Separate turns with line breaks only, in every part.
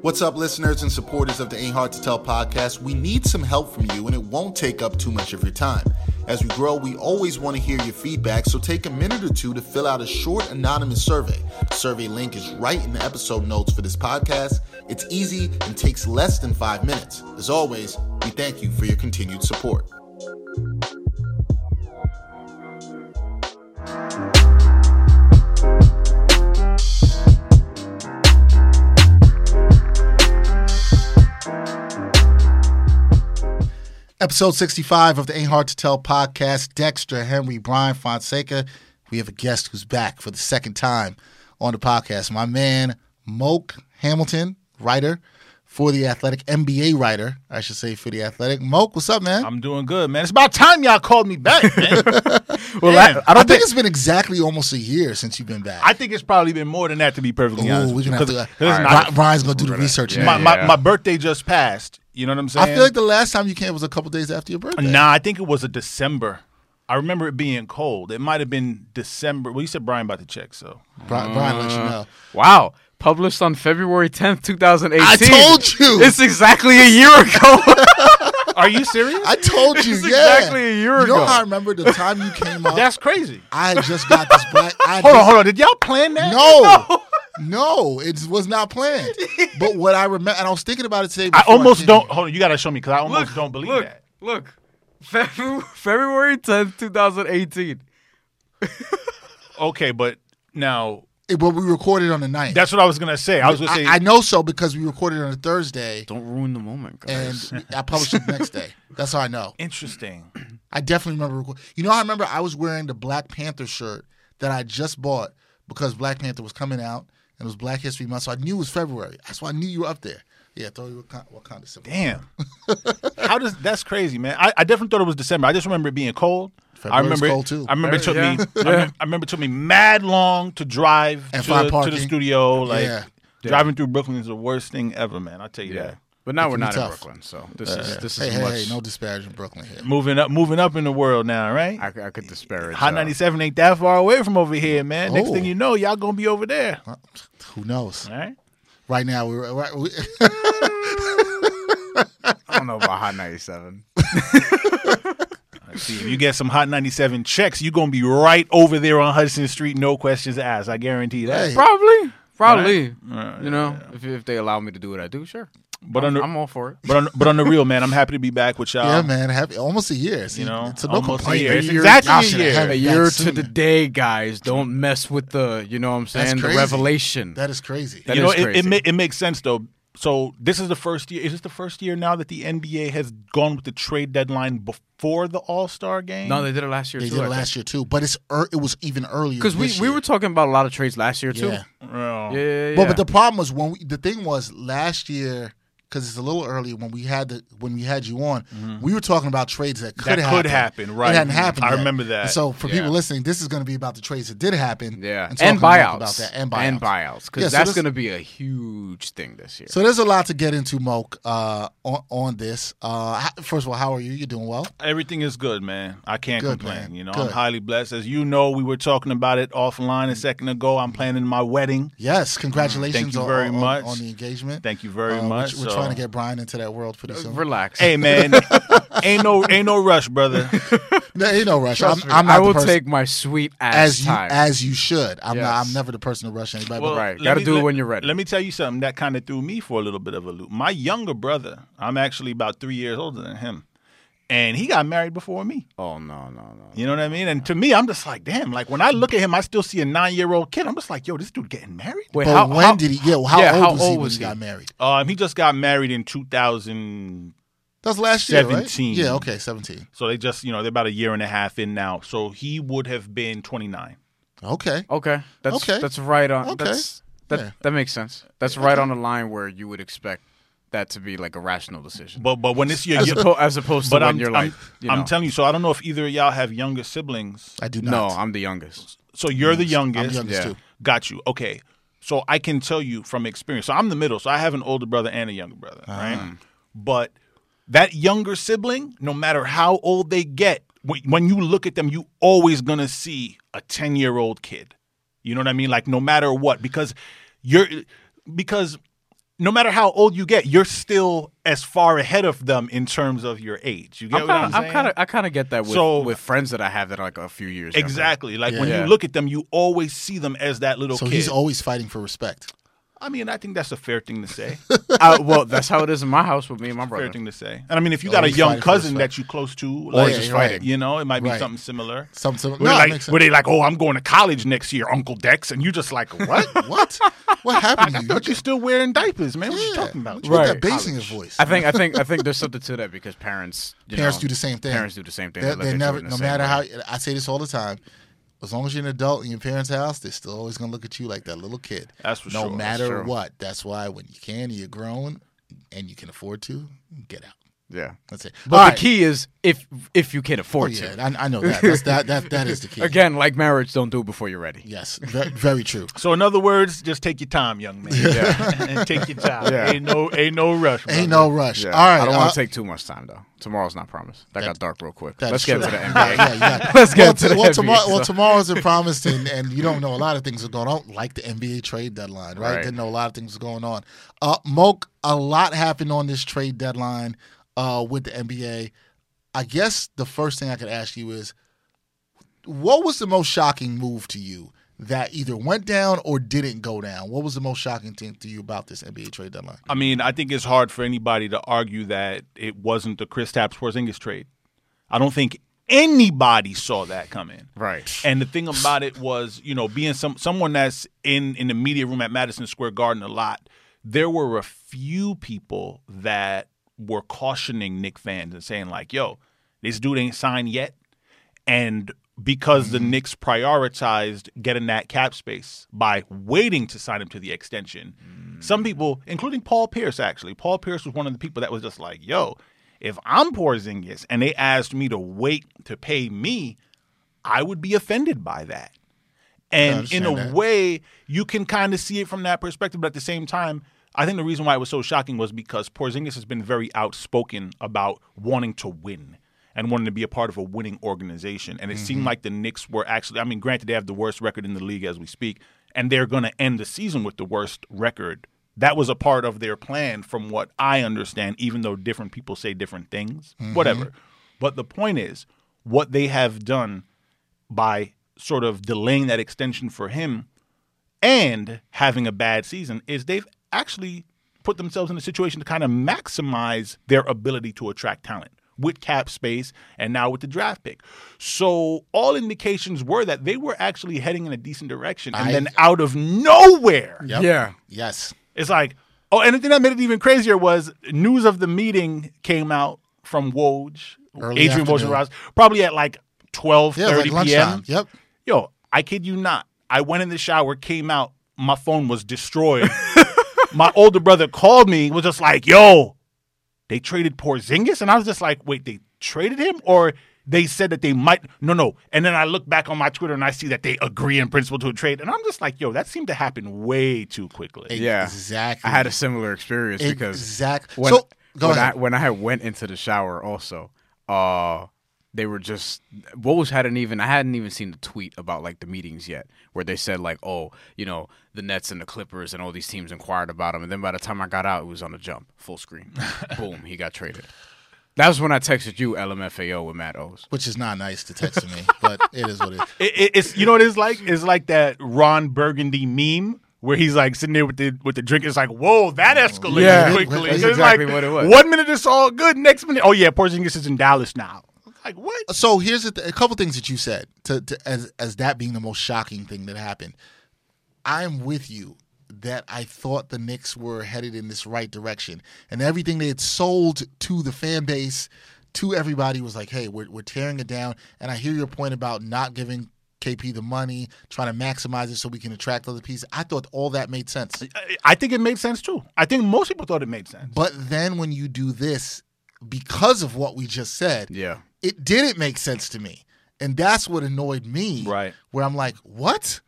What's up, listeners and supporters of the Ain't Hard to Tell podcast? We need some help from you, and it won't take up too much of your time. As we grow, we always want to hear your feedback, so take a minute or two to fill out a short anonymous survey. The survey link is right in the episode notes for this podcast. It's easy and takes less than five minutes. As always, we thank you for your continued support. Episode 65 of the Ain't Hard to Tell podcast. Dexter, Henry, Brian Fonseca. We have a guest who's back for the second time on the podcast. My man, Moke Hamilton, writer for The Athletic, MBA writer, I should say, for The Athletic. Moke, what's up, man?
I'm doing good, man. It's about time y'all called me back, man.
well,
Damn.
I, don't think, it's been exactly almost a year since you've been back.
I think it's probably been more than that, to be perfectly
Ooh,
honest.
we're
with you,
gonna have
'cause- 'cause
to. uh,
it's
Bri-
not-
Brian's gonna do the research.
my,
now.
my, my birthday just passed. You know what I'm saying?
I feel like the last time you came was a couple days after your birthday.
nah, I think it was a December. I remember it being cold. It might have been December. Well, you said Brian about to check, so
Brian, Brian let you know.
Wow. Published on February 10th, 2018.
I told you.
It's exactly a year ago.
are you serious?
I told you,
It's
yeah.
exactly a year
You know
ago.
how I remember the time you came up.
That's crazy.
I had just got this black. I
Hold on,
just-
hold on. Did y'all plan that?
No, no, it was not planned. But what I remember, and I was thinking about it today.
I
before
almost
came
don't.
here.
Hold on, you gotta show me because I almost
Look,
don't believe
look,
that.
Look. Febru- February 10th, 2018.
Okay, but now
Eh, But we recorded on the ninth.
that's what I was gonna say. I was gonna say
I, I know so because we recorded on a Thursday
Don't ruin the moment,
and
guys.
I published it the next day. That's how I know.
interesting.
I definitely remember. Record- you know, I remember I was wearing the Black Panther shirt that I just bought because Black Panther was coming out and it was Black History Month, so I knew it was February. That's why I knew you were up there. Yeah, I thought you were kind Wakanda symbol.
Damn. How does that's crazy, man? I, I definitely thought it was December. I just remember it being cold. I
February was
remember
cold, too.
I remember it took
Yeah.
me. I, remember, I remember it took me mad long to drive
And
to,
find
to
parking.
the studio. Like
Yeah.
driving through Brooklyn is the worst thing ever, man. I tell you that.
But now
It
we're
can be
not in
tough.
Brooklyn, so this is this
Hey,
is
hey,
much
hey, no disparaging Brooklyn here.
Moving up, moving up in the world now, right?
I, c- I could disparage.
Hot
uh,
ninety seven ain't that far away from over here, man. Next
Oh.
thing you know, y'all gonna be over there.
Uh, Who knows?
All right.
Right now, we're right, we,
I don't know about Hot 97.
See, if you get some hot ninety seven checks, you gonna be right over there on Hudson Street, no questions asked. I guarantee that.
Hey.
Probably. Probably.
Alright,
You know, if, if they allow me to do what I do, sure.
But
I'm,
under
I'm all for it.
But on, but on the real, man, I'm happy to be back with y'all.
yeah, man, happy, almost a year. See,
Uh, You know,
it's a no
almost a
complaint.
year.
man.
It's
You're-
exactly
y'all
a
should have
year.
had
A
it
year
back
to the
sooner.
day, guys. Don't mess with the, you know what I'm saying, the
crazy.
revelation.
That is crazy.
That
you know,
is
it, it,
crazy.
ma- it makes sense though. So this is the first year. Is this the first year now that the NBA has gone with the trade deadline before the All Star game?
no, they did it last year
they
too.
did it last year too, but it's er, it was even earlier
Because we,
this
we
year.
were talking about a lot of trades last year too.
yeah.
Well,
Yeah, yeah, yeah.
Well, but the problem was when we, the thing was last year because it's a little earlier when we had the when we had you on, we were talking about trades that could
Mm-hmm. That
happen.
could happen, right. Mm-hmm.
It hadn't happened.
I
yet.
remember that.
And so for
Yeah.
people listening, this is going to be about the trades that did happen.
yeah, and,
talking
buyouts
about that and buyouts
because
Yeah, so
that's
this-
going to be a huge thing this year.
So there's a lot to get into, Moke, uh, on on this. Uh, h- first of all, how are you? You doing well?
everything is good, man. I can't
Good,
complain.
man.
You know, I'm
Good.
highly blessed. As you know, we were talking about it offline a second ago. I'm planning my wedding.
Yes, congratulations.
Mm, Thank you
on-
very
on, on-
much.
on the engagement.
Thank you very
Uh, we're-
much.
We're,
So- Uh,
trying to get Brian into that world pretty soon.
Relax.
Hey, man, ain't no ain't no rush, brother.
No, ain't no rush. I'm,
Trust me,
I'm not
I
the
will
person-
take my sweet ass
as you
time.
as you should. I'm not,
Yes.
I'm never the person to rush anybody.
Well,
but
Right.
let
Gotta
me-
do it
let-
when you're ready.
Let me tell you something that kind of threw me for a little bit of a loop. My younger brother, I'm actually about three years older than him, and he got married before me.
oh no, no, no.
You know what I mean? And to me, I'm just like, damn. Like when I look at him, I still see a nine year old kid. I'm just like, yo, this dude getting married.
Wait,
but
how,
when
how-
did he? Yeah, well, how
yeah,
old
how
was he
old
when
was
he
he?
got married?
Um, he just got married in 2000.
That's last year, right?
17.
Yeah, okay, seventeen.
So they just, you know, they're about a year and a half in now. So he would have been 29.
Okay,
Okay, that's
Okay.
that's right on.
Okay.
That's, that
Yeah.
that makes sense. That's right on the line where you would expect that to be like a rational decision,
But but when it's your,
as, oppo- as opposed to
but
when
I'm,
you're
I'm-
like, you know,
I'm telling you. So I don't know if either of y'all have younger siblings.
I do
no,
not.
I'm the youngest.
So you're the Mm. youngest.
I'm the youngest
yeah.
too.
Got you. Okay. So I can tell you from experience. So I'm the middle. So I have an older brother and a younger brother,
Ah.
right? But that younger sibling, no matter how old they get, when, when you look at them, you always gonna see a 10 year old kid. You know what I mean? Like no matter what, because you're because no matter how old you get, you're still as far ahead of them in terms of your age. You get
I'm
what I'm
kinda,
saying?
I'm kinda, I kind of get that with,
So-
with friends that I have that are like a few years. younger.
Exactly. Like when
Yeah.
you look at them, you always see them as that little
So
kid.
he's always fighting for respect.
I mean, I think that's a fair thing to say.
I, Uh, well, that's how it is in my house with me and my
fair
brother.
thing to say. And I mean, if you got a
Always
young
Oh, fighting for
cousin
respect.
that you close to,
Always
like,
just fighting.
you know, it might be
Right.
something similar.
Some, some,
Where,
no,
they
that
like,
makes
where
sense.
they like, oh, I'm going to college next year, Uncle Dex, and you just like, what?
What? What happened to you?
Thought you still wearing diapers, man? What you
Yeah.
talking about?
You got that
Right.
bass in your voice.
I think I think I think there's something to that because parents you
Parents
know,
do the same thing.
Parents do the same thing.
They,
look at
they
you
never,
in the
no
same
matter
way.
how. I say this all the time. As long as you're an adult in your parents' house, they're still always gonna look at you like that little kid.
That's for
no
sure, that's
matter
true.
what. That's why when you can, and you're grown, and you can afford to get out.
Yeah.
That's it.
But
All
the
right.
key is if if you can
Oh,
afford
yeah,
to.
I, I know that. That's, that that that is the key.
Again, like marriage, don't do it before you're ready.
Yes, very, very true.
So in other words, just take your time, young man. Yeah. take your time.
Yeah.
Ain't no ain't no rush.
Ain't
brother.
no rush.
Yeah.
All right,
I don't
uh,
want to take too much time though. Tomorrow's not promised. That, got dark real quick.
That
Let's
is
get
true.
to the NBA.
Yeah, you got-
Let's get to
well,
the
well,
NBA,
tomorrow, well,
so-
tomorrow's are promised, and, and you don't know a lot of things are going on, like the NBA trade deadline, right?
Right.
Didn't know a lot of things are going on. Uh, Moak, a lot happened on this trade deadline uh, with the NBA. I guess the first thing I could ask you is, what was the most shocking move to you that either went down or didn't go down? What was the most shocking thing to you about this NBA trade deadline?
I mean, I think it's hard for anybody to argue that it wasn't the Chris Tapps Porzingis trade. I don't think anybody saw that coming.
Right.
And the thing about it was, you know, being some someone that's in in the media room at Madison Square Garden a lot, there were a few people that were cautioning Nick fans and saying like, "Yo, this dude ain't signed yet." And because the Knicks prioritized getting that cap space by waiting to sign him to the extension, some people, including Paul Pierce, actually, Paul Pierce was one of the people that was just like, "Yo, if I'm Porzingis and they asked me to wait to pay me, I would be offended by that. And in
understand
a
that.
way, you can kind of see it from that perspective. But at the same time, I think the reason why it was so shocking was because Porzingis has been very outspoken about wanting to win and wanting to be a part of a winning organization. And it
Mm-hmm.
seemed like the Knicks were actually, I mean, granted, they have the worst record in the league as we speak, and they're going to end the season with the worst record. That was a part of their plan, from what I understand, even though different people say different things,
Mm-hmm.
whatever. But the point is, what they have done by sort of delaying that extension for him and having a bad season is they've actually put themselves in a situation to kind of maximize their ability to attract talent with cap space and now with the draft pick. So all indications were that they were actually heading in a decent direction and
I-
then out of nowhere
Yep.
Yeah.
Yes.
it's like, oh, and the thing that made it even crazier was news of the meeting came out from Woj,
Early
Adrian Woj
afternoon.
and Ross, probably at like twelve
Yeah, it was
thirty
like
p.m.
lunchtime. Yep.
Yo, I kid you not. I went in the shower, came out, my phone was destroyed. my older brother called me, was just like, yo, they traded Porzingis? And I was just like, wait, they traded him? Or they said that they might. No, no. And then I look back on my Twitter and I see that they agree in principle to a trade. And I'm just like, yo, that seemed to happen way too quickly.
Yeah.
Exactly.
I had a similar experience because
exactly.
when,
so go
when
ahead.
I, when I had went into the shower also, uh, they were just Woj hadn't even I hadn't even seen the tweet about like the meetings yet, where they said like, oh, you know, the Nets and the Clippers and all these teams inquired about him, and then by the time I got out, it was on the jump, full screen, boom, he got traded. That was when I texted you LMFAO with Matt O's.
which is not nice to text to me, but it is what it is.
It, it, it's you know what it's like. It's like that Ron Burgundy meme where he's like sitting there with the with the drink. It's like, whoa, that escalated
Yeah,
quickly.
that's
It's
exactly
like,
what it was.
One minute it's all good, next minute, oh yeah, Porzingis is in Dallas now. Like what?
So here's the th- a couple things that you said to, to as as that being the most shocking thing that happened. I'm with you that I thought the Knicks were headed in this right direction, and everything they had sold to the fan base, to everybody was like, "Hey, we're we're tearing it down." And I hear your point about not giving. KP the money, trying to maximize it so we can attract other pieces. I thought all that made sense.
Uh,
I- I think it made sense too. I think most people thought it made sense.
But then when you do this, because of what we just said,
Yeah,
it didn't make sense to me. And that's what annoyed me.
Right.
Where I'm like, what?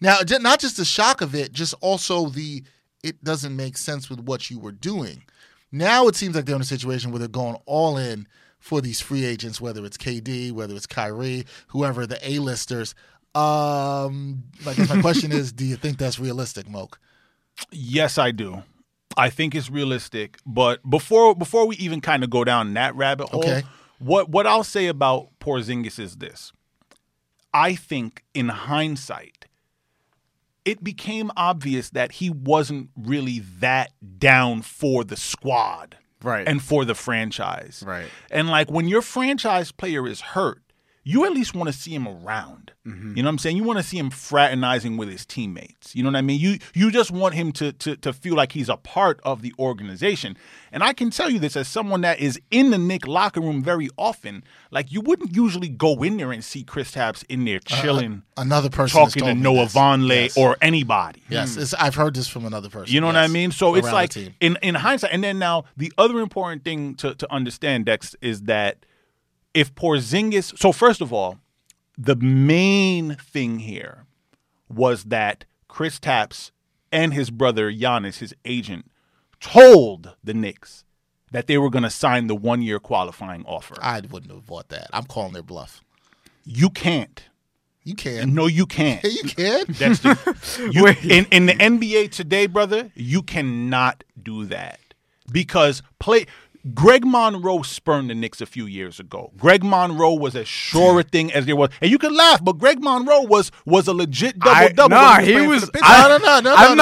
Now, ju- not just the shock of it, just also the it doesn't make sense with what you were doing. Now it seems like they're in a situation where they're going all in for these free agents, whether it's KD, whether it's Kyrie, whoever the A-listers. Um, like my question is, do you think that's realistic, Moke?
Yes, I do. I think it's realistic, but before before we even kind of go down that rabbit hole,
Okay.
what what I'll say about Porzingis is this: I think in hindsight, it became obvious that he wasn't really that down for the squad,
Right.
and for the franchise,
Right.
And like when your franchise player is hurt, you at least want to see him around.
Mm-hmm.
You know what I'm saying? You want to see him fraternizing with his teammates. You know what I mean? You you just want him to to to feel like he's a part of the organization. And I can tell you this as someone that is in the Nick locker room very often. Like you wouldn't usually go in there and see Chris Tapps in there chilling,
Another person has
talking to
told me
Noah
this.
Vonleh
Yes.
or anybody.
Yes, it's, I've heard this from another person.
You know what I
yes,
mean? So it's
around the
like
team.
in in hindsight. And then now the other important thing to to understand, Dex, is that if Porzingis. So first of all, the main thing here was that Chris Tapps and his brother Giannis, his agent, told the Knicks that they were going to sign the one year qualifying offer.
I wouldn't have bought that. I'm calling their bluff.
you can't.
You can.
No, you can't.
Hey, you can.
That's the, you, in in the NBA today, brother. You cannot do that because play. Greg Monroe spurned the Knicks a few years ago. Greg Monroe was as sure a thing as there was, and you can laugh, but Greg Monroe was was a legit double
I-
double.
nah, he was-
I- No, no, no, no,
I'm
no.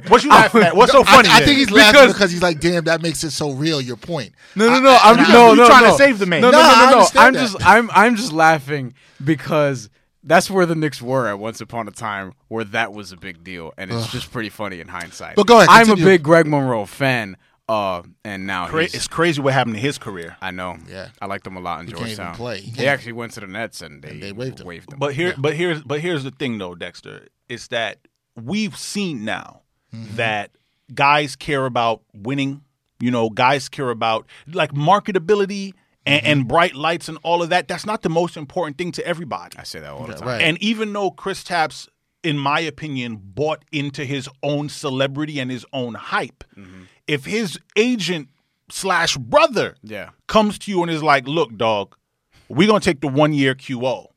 not.
What you laughing at? What's so
I,
funny?
I
then?
think he's laughing because,
Because-
he's like, damn, that makes it so real. Your point.
No,
I-
no, no.
I-
I'm
and
I-
no,
you
no,
trying to
no.
save the man.
No, no,
No, I
no, no. no.
understand
I'm
that.
just, I'm, I'm just laughing because that's where the Knicks were at once upon a time, where that was a big deal, and it's just pretty funny in hindsight.
But go ahead,
I'm
continue.
a big Greg Monroe fan, uh, and now
Cra-
he's,
it's crazy what happened to his career.
I know.
Yeah.
I liked them a lot in
can't even
Georgetown.
play. He
They
can't-
actually went to the Nets and they,
they waived
waived
him.
him.
But here, but here's, but here's the thing, though, Dexter. It's that we've seen now that guys care about winning. You know, guys care about like marketability and, and bright lights and all of that. That's not the most important thing to everybody.
I say that all the time.
Right.
And even though Chris Tapps, in my opinion, bought into his own celebrity and his own hype, if his agent slash brother
Yeah.
comes to you and is like, look, dog, we're going to take the one year QO.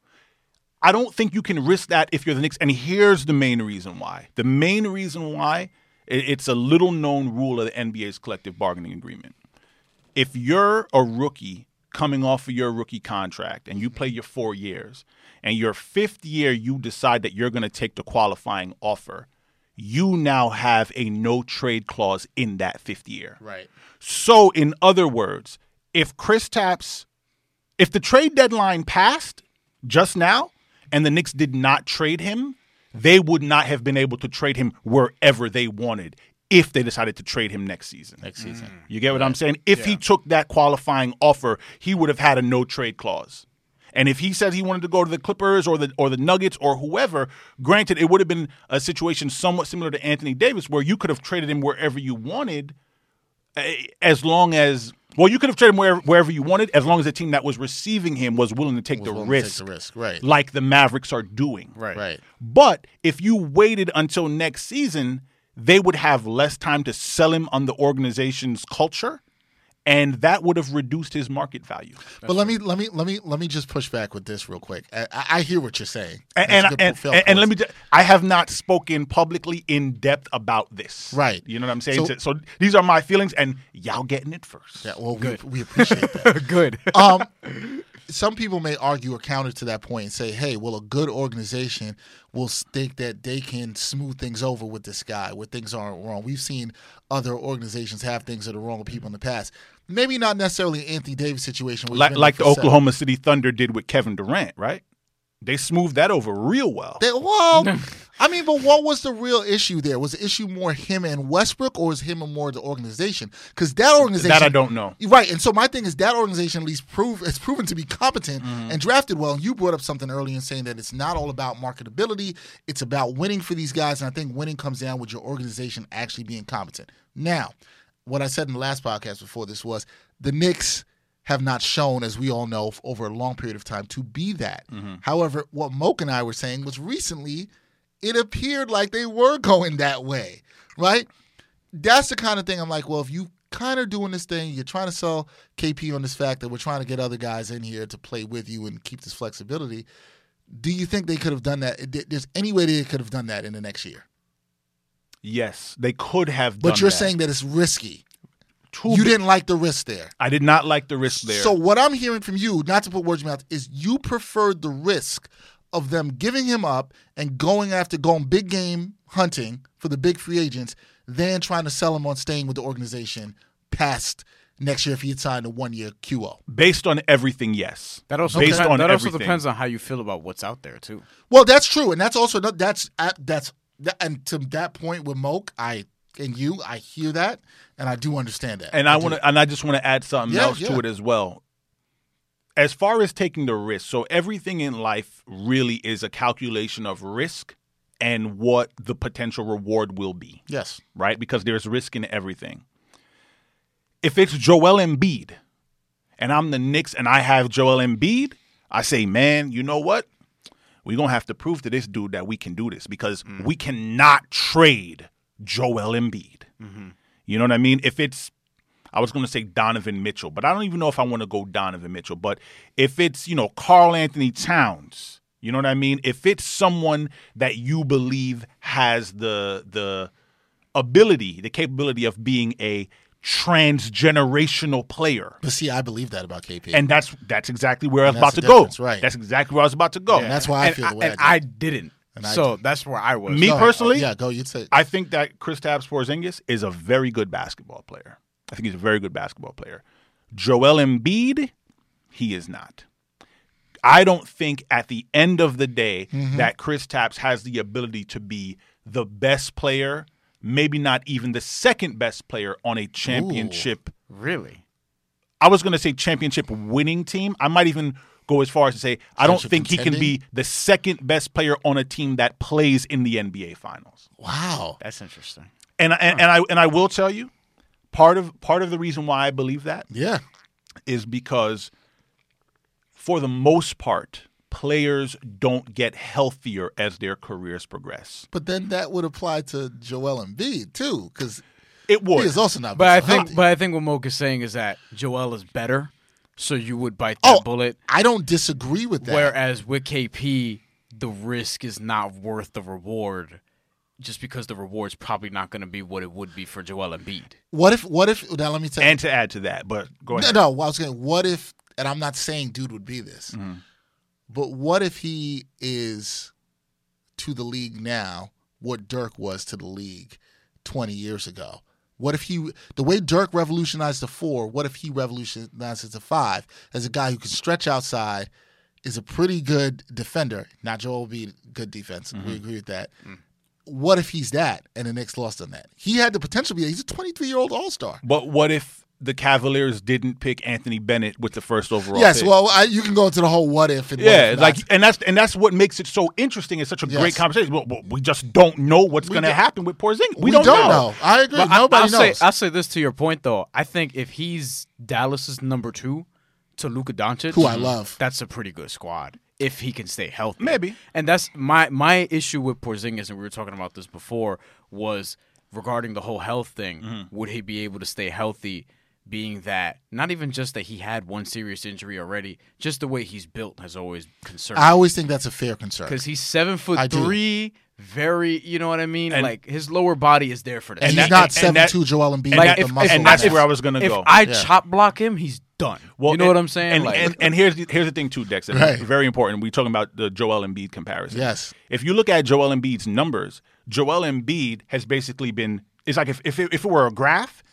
I don't think you can risk that if you're the Knicks. And here's the main reason why. The main reason why i- it's a little known rule of the NBA's collective bargaining agreement. If you're a rookie coming off of your rookie contract and you play your four years, and your fifth year you decide that you're going to take the qualifying offer, you now have a no trade clause in that fifth year.
Right.
So, in other words, if Chris Taps, if the trade deadline passed just now and the Knicks did not trade him, they would not have been able to trade him wherever they wanted if they decided to trade him next season. Next season. You get what I'm saying? If he took that qualifying offer, he would have had a no trade clause. And if he said he wanted to go to the Clippers or the or the Nuggets or whoever, granted it would have been a situation somewhat similar to Anthony Davis where you could have traded him wherever you wanted eh, as long as well, you could have traded him wherever, wherever you wanted, as long as the team that was receiving him was willing to take the
willing to take
risk,
the risk, right.
Like the Mavericks are doing,
Right.
Right.
But if you waited until next season, they would have less time to sell him on the organization's culture, and that would have reduced his market value.
but let me let me let me let me just push back with this real quick. I, I I hear what you're saying,
And
That's a
and,
good
and,
po-
and, and let me,
point.
ju- I have not spoken publicly in depth about this,
Right.
You know what I'm saying?
So-
So, so these are my feelings, and y'all getting it first.
Yeah, well, we, we appreciate that.
Good.
um, some people may argue or counter to that point and say, hey, well, a good organization will think that they can smooth things over with this guy where things aren't wrong. We've seen other organizations have things that are wrong with people in the past. Maybe not necessarily Anthony Davis situation. where he's
like
been
like the
there for seven-
Oklahoma City Thunder did with Kevin Durant, right? They smoothed that over real well.
They, well, I mean, but what was the real issue there? Was the issue more him and Westbrook, or was him and more the organization? Because that organization
That I don't know.
Right, and so my thing is that organization at least prove has proven to be competent
Mm-hmm.
and drafted well. And you brought up something earlier in saying that it's not all about marketability; it's about winning for these guys. And I think winning comes down with your organization actually being competent. Now, what I said in the last podcast before this was the Knicks have not shown, as we all know, f- over a long period of time to be that.
Mm-hmm.
However, what Moke and I were saying was recently it appeared like they were going that way, right? that's the kind of thing I'm like, well, if you kind of doing this thing, you're trying to sell KP on this fact that we're trying to get other guys in here to play with you and keep this flexibility. Do you think they could have done that? Th- There's any way they could have done that in the next year?
Yes, they could have.
But
done
you're
that.
saying that it's risky.
Too
You
big-
didn't like the risk there.
I did not like the risk there.
So what I'm hearing from you, not to put words in your mouth, is you preferred the risk of them giving him up and going after going big game hunting for the big free agents than trying to sell him on staying with the organization past next year if he had signed a one year QO.
based on everything, yes.
That also
based
depends,
on
that also
everything.
depends on how you feel about what's out there too.
Well, that's true, and that's also no- that's at- that's that, and to that point with Moak, I and you, I hear that, and I do understand that.
and I
do.
want to, and I just want to add something
Yeah,
else
yeah.
to it as well. As far as taking the risk, so everything in life really is a calculation of risk and what the potential reward will be,
yes,
right? Because there's risk in everything. If it's Joel Embiid, and I'm the Knicks, and I have Joel Embiid, I say, man, you know what? We're gonna have to prove to this dude that we can do this because we cannot trade Joel Embiid. You know what I mean? If it's, I was going to say Donovan Mitchell, but I don't even know if I want to go Donovan Mitchell. But if it's, you know, Carl Anthony Towns, you know what I mean? If it's someone that you believe has the the ability, the capability of being a transgenerational player.
but see, I believe that about KP,
And that's that's exactly where I was
And that's
about to
the
go.
difference, right.
That's exactly where I was about to go.
And that's why I
and
feel
I,
the way I,
and
do.
I didn't.
I
so that's where I was.
Me
Go ahead.
personally,
yeah, go. You say
I think that Kristaps Porzingis is a very good basketball player. I think he's a very good basketball player. Joel Embiid, he is not. I don't think at the end of the day
Mm-hmm.
that Chris Taps has the ability to be the best player, maybe not even the second best player on a championship.
really.
I was going to say championship winning team. I might even go as far as to say I don't think
Championship
he can be
contending?
the second best player on a team that plays in the NBA finals
wow.
That's interesting.
and and, and I and I will tell you, part of part of the reason why I believe that
Yeah,
is because, for the most part, players don't get healthier as their careers progress.
but then that would apply to Joel Embiid too, because
It
he
would.
is also not.
But I
been so
think
healthy.
but I think what Moke is saying is that Joel is better, so you would bite that
Oh,
bullet.
I don't disagree with that.
Whereas with KP, the risk is not worth the reward, just because the reward's probably not going to be what it would be for Joel Embiid.
what if? What if? Now let me tell you.
and to add to that, but go
No,
ahead.
no, what I was going. What if? And I'm not saying dude would be this,
Mm-hmm.
but what if he is to the league now what Dirk was to the league 20 years ago? What if he the way Dirk revolutionized the four? What if he revolutionizes the five as a guy who can stretch outside? Is a pretty good defender. Not Joel be good defense.
Mm-hmm.
We agree with that.
Mm.
What if he's that and the Knicks lost on that? He had the potential to be. He's a 23 year old All Star.
But what if the Cavaliers didn't pick Anthony Bennett with the first overall?
Yes,
pick?
well, I, you can go into the whole what if and what
Yeah,
if
like,
nots.
and that's and that's what makes it so interesting. It's such a
Yes.
great conversation. Well, well, we just don't know what's going to
don't-
happen with Porzingis. We,
we don't, know. I agree.
I-
Nobody
I'll
knows.
Say, I'll say this to your point though. I think if he's Dallas's number two to Luka Doncic,
Who I love.
that's a pretty good squad if he can stay healthy.
Maybe.
And that's my my issue with Porzingis, and we were talking about this before, was regarding the whole health thing.
Mm-hmm.
Would he be able to stay healthy? Being that not even just that he had one serious injury already, just the way he's built has always concerned.
I always think that's a fair concern.
because he's seven foot
I do.
three, very you know what I mean.
And-
like his lower body is there for that.
And,
and that-
he's not
and-
seven
and that-
two Joel Embiid.
And,
with
Like,
the
that-
muscle
and that's
mass.
where I was going to
if
go.
I
Yeah.
chop block him, he's done. you know
and-
what I'm saying?
And,
like,
and, and here's the, here's the thing too, Dex.
Right.
Very important. We're talking about the Joel Embiid comparison.
Yes.
If you look at Joel Embiid's numbers, Joel Embiid has basically been. It's like if if it, if it were a graph,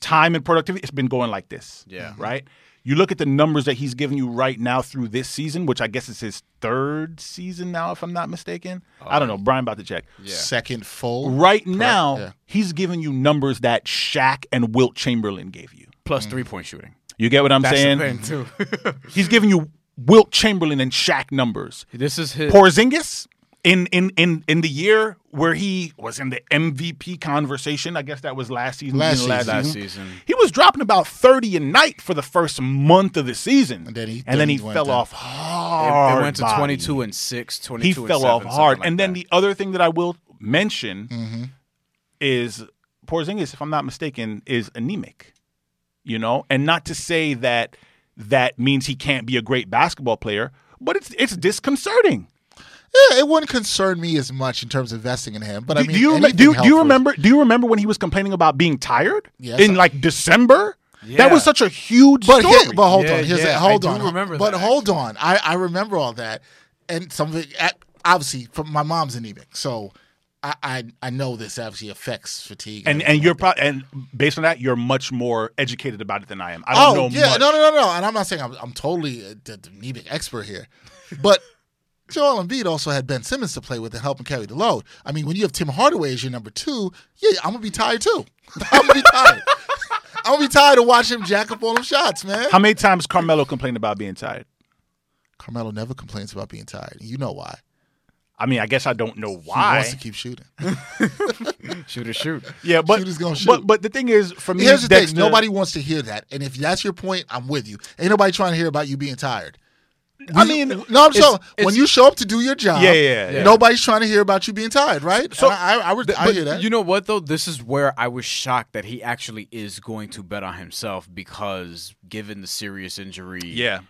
time and productivity, it's been going like this.
Yeah.
Mm-hmm.
Right. You look at the numbers that he's giving you right now through this season, which I guess is his third season now, if I'm not mistaken. I don't know. Brian about to check.
second full.
Right now,
Yeah.
he's giving you numbers that Shaq and Wilt Chamberlain gave you.
plus three point shooting.
You get what I'm saying?
too.
He's giving you Wilt Chamberlain and Shaq numbers.
this is his.
Porzingis in in in in the year where he was in the MVP conversation. I guess that was last season.
Last
beginning of
season.
Last season.
He was dropping about thirty a night for the first month of the season,
And then he-
and then he
went
fell
down.
off
it,
hard.
it went to
body.
twenty two and six. Twenty
He
two.
fell
and
off
seven,
hard,
something like
and then
that.
the other thing that I will mention
Mm-hmm.
is Porzingis, if I'm not mistaken, is anemic. You know, and not to say that that means he can't be a great basketball player, but it's it's disconcerting.
eh, it wouldn't concern me as much in terms of investing in him. But I
Do-
mean,
do you rem-
anything
do, you- do you
helpful.
remember do you remember when he was complaining about being tired
Yes,
in
I-
like December?
Yeah.
That was such a huge
But
story.
here, but hold
Yeah,
on, here's
yeah,
that. Hold
I do
on,
remember
but
that,
hold on, I, I remember all that, and some of it I- obviously from my mom's anemic, so I I, I know this obviously affects fatigue.
and
everything
and you're
like that.
pro- and based on that, you're much more educated about it than I am. I don't know
oh yeah,
much.
no no no no, and I'm not saying I'm, I'm totally a, the the anemic expert here, but. Joel Embiid also had Ben Simmons to play with and help him carry the load. I mean, when you have Tim Hardaway as your number two, yeah, I'm gonna be tired too. I'm gonna be tired. I'm gonna be tired of watching him jack up all them shots, man.
How many times Carmelo complained about being tired?
Carmelo never complains about being tired. You know why?
I mean, I guess I don't know
He
why.
wants to keep shooting.
Shoot or shoot.
yeah, but
Shooters gonna shoot.
but but the thing is, for me,
Here's the
Dexter,
thing: nobody wants to hear that, and if that's your point, I'm with you. Ain't nobody trying to hear about you being tired.
I
We-
mean,
no, I'm
it's-
saying
it's-
when you show up to do your job,
Yeah, yeah, yeah.
nobody's trying to hear about you being tired, right? So I, I, I, would- I
But
hear that.
You know what though? This is where I was shocked that he actually is going to bet on himself because given the serious injury,
yeah,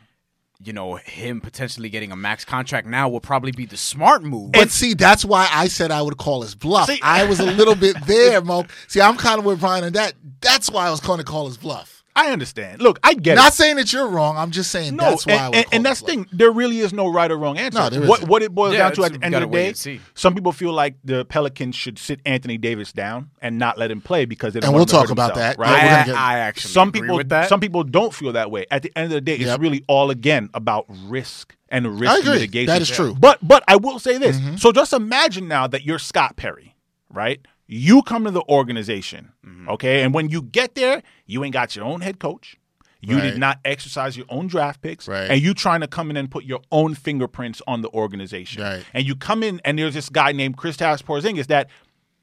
you know, him potentially getting a max contract now will probably be the smart move.
but see, that's why I said I would call his bluff.
See-
I was a little bit there, Mo. See, I'm kind of with Brian on that. That's why I was going to call his bluff.
I understand. Look, I get it.
Not saying that you're wrong. I'm just saying
No,
that's why
and,
I would.
and-
call
and
his
that's the
bluff.
thing. There really is no right or wrong answer.
No, there
What
isn't.
what it boils
Yeah,
down to
it's-
at
we
the end of
gotta
the
wait
day,
and see.
some people feel like the Pelicans should sit Anthony Davis down and not let him play because they don't
And
want
we'll
him to hurt
talk about
himself,
that.
Right?
Yeah, we're
I,
gonna get-
I actually
some
agree
people
with that.
some people don't feel that way. At the end of the day, it's
Yep.
really all again about risk and risk
I agree.
mitigation.
That is true. Mm-hmm.
But but I will say this. So just imagine now that you're Scott Perry, right? You come to the organization,
Mm-hmm.
okay? And when you get there, you ain't got your own head coach. You
Right.
did not exercise your own draft picks,
Right.
and you trying to come in and put your own fingerprints on the organization.
Right.
And you come in, and there's this guy named Chris Porzingis that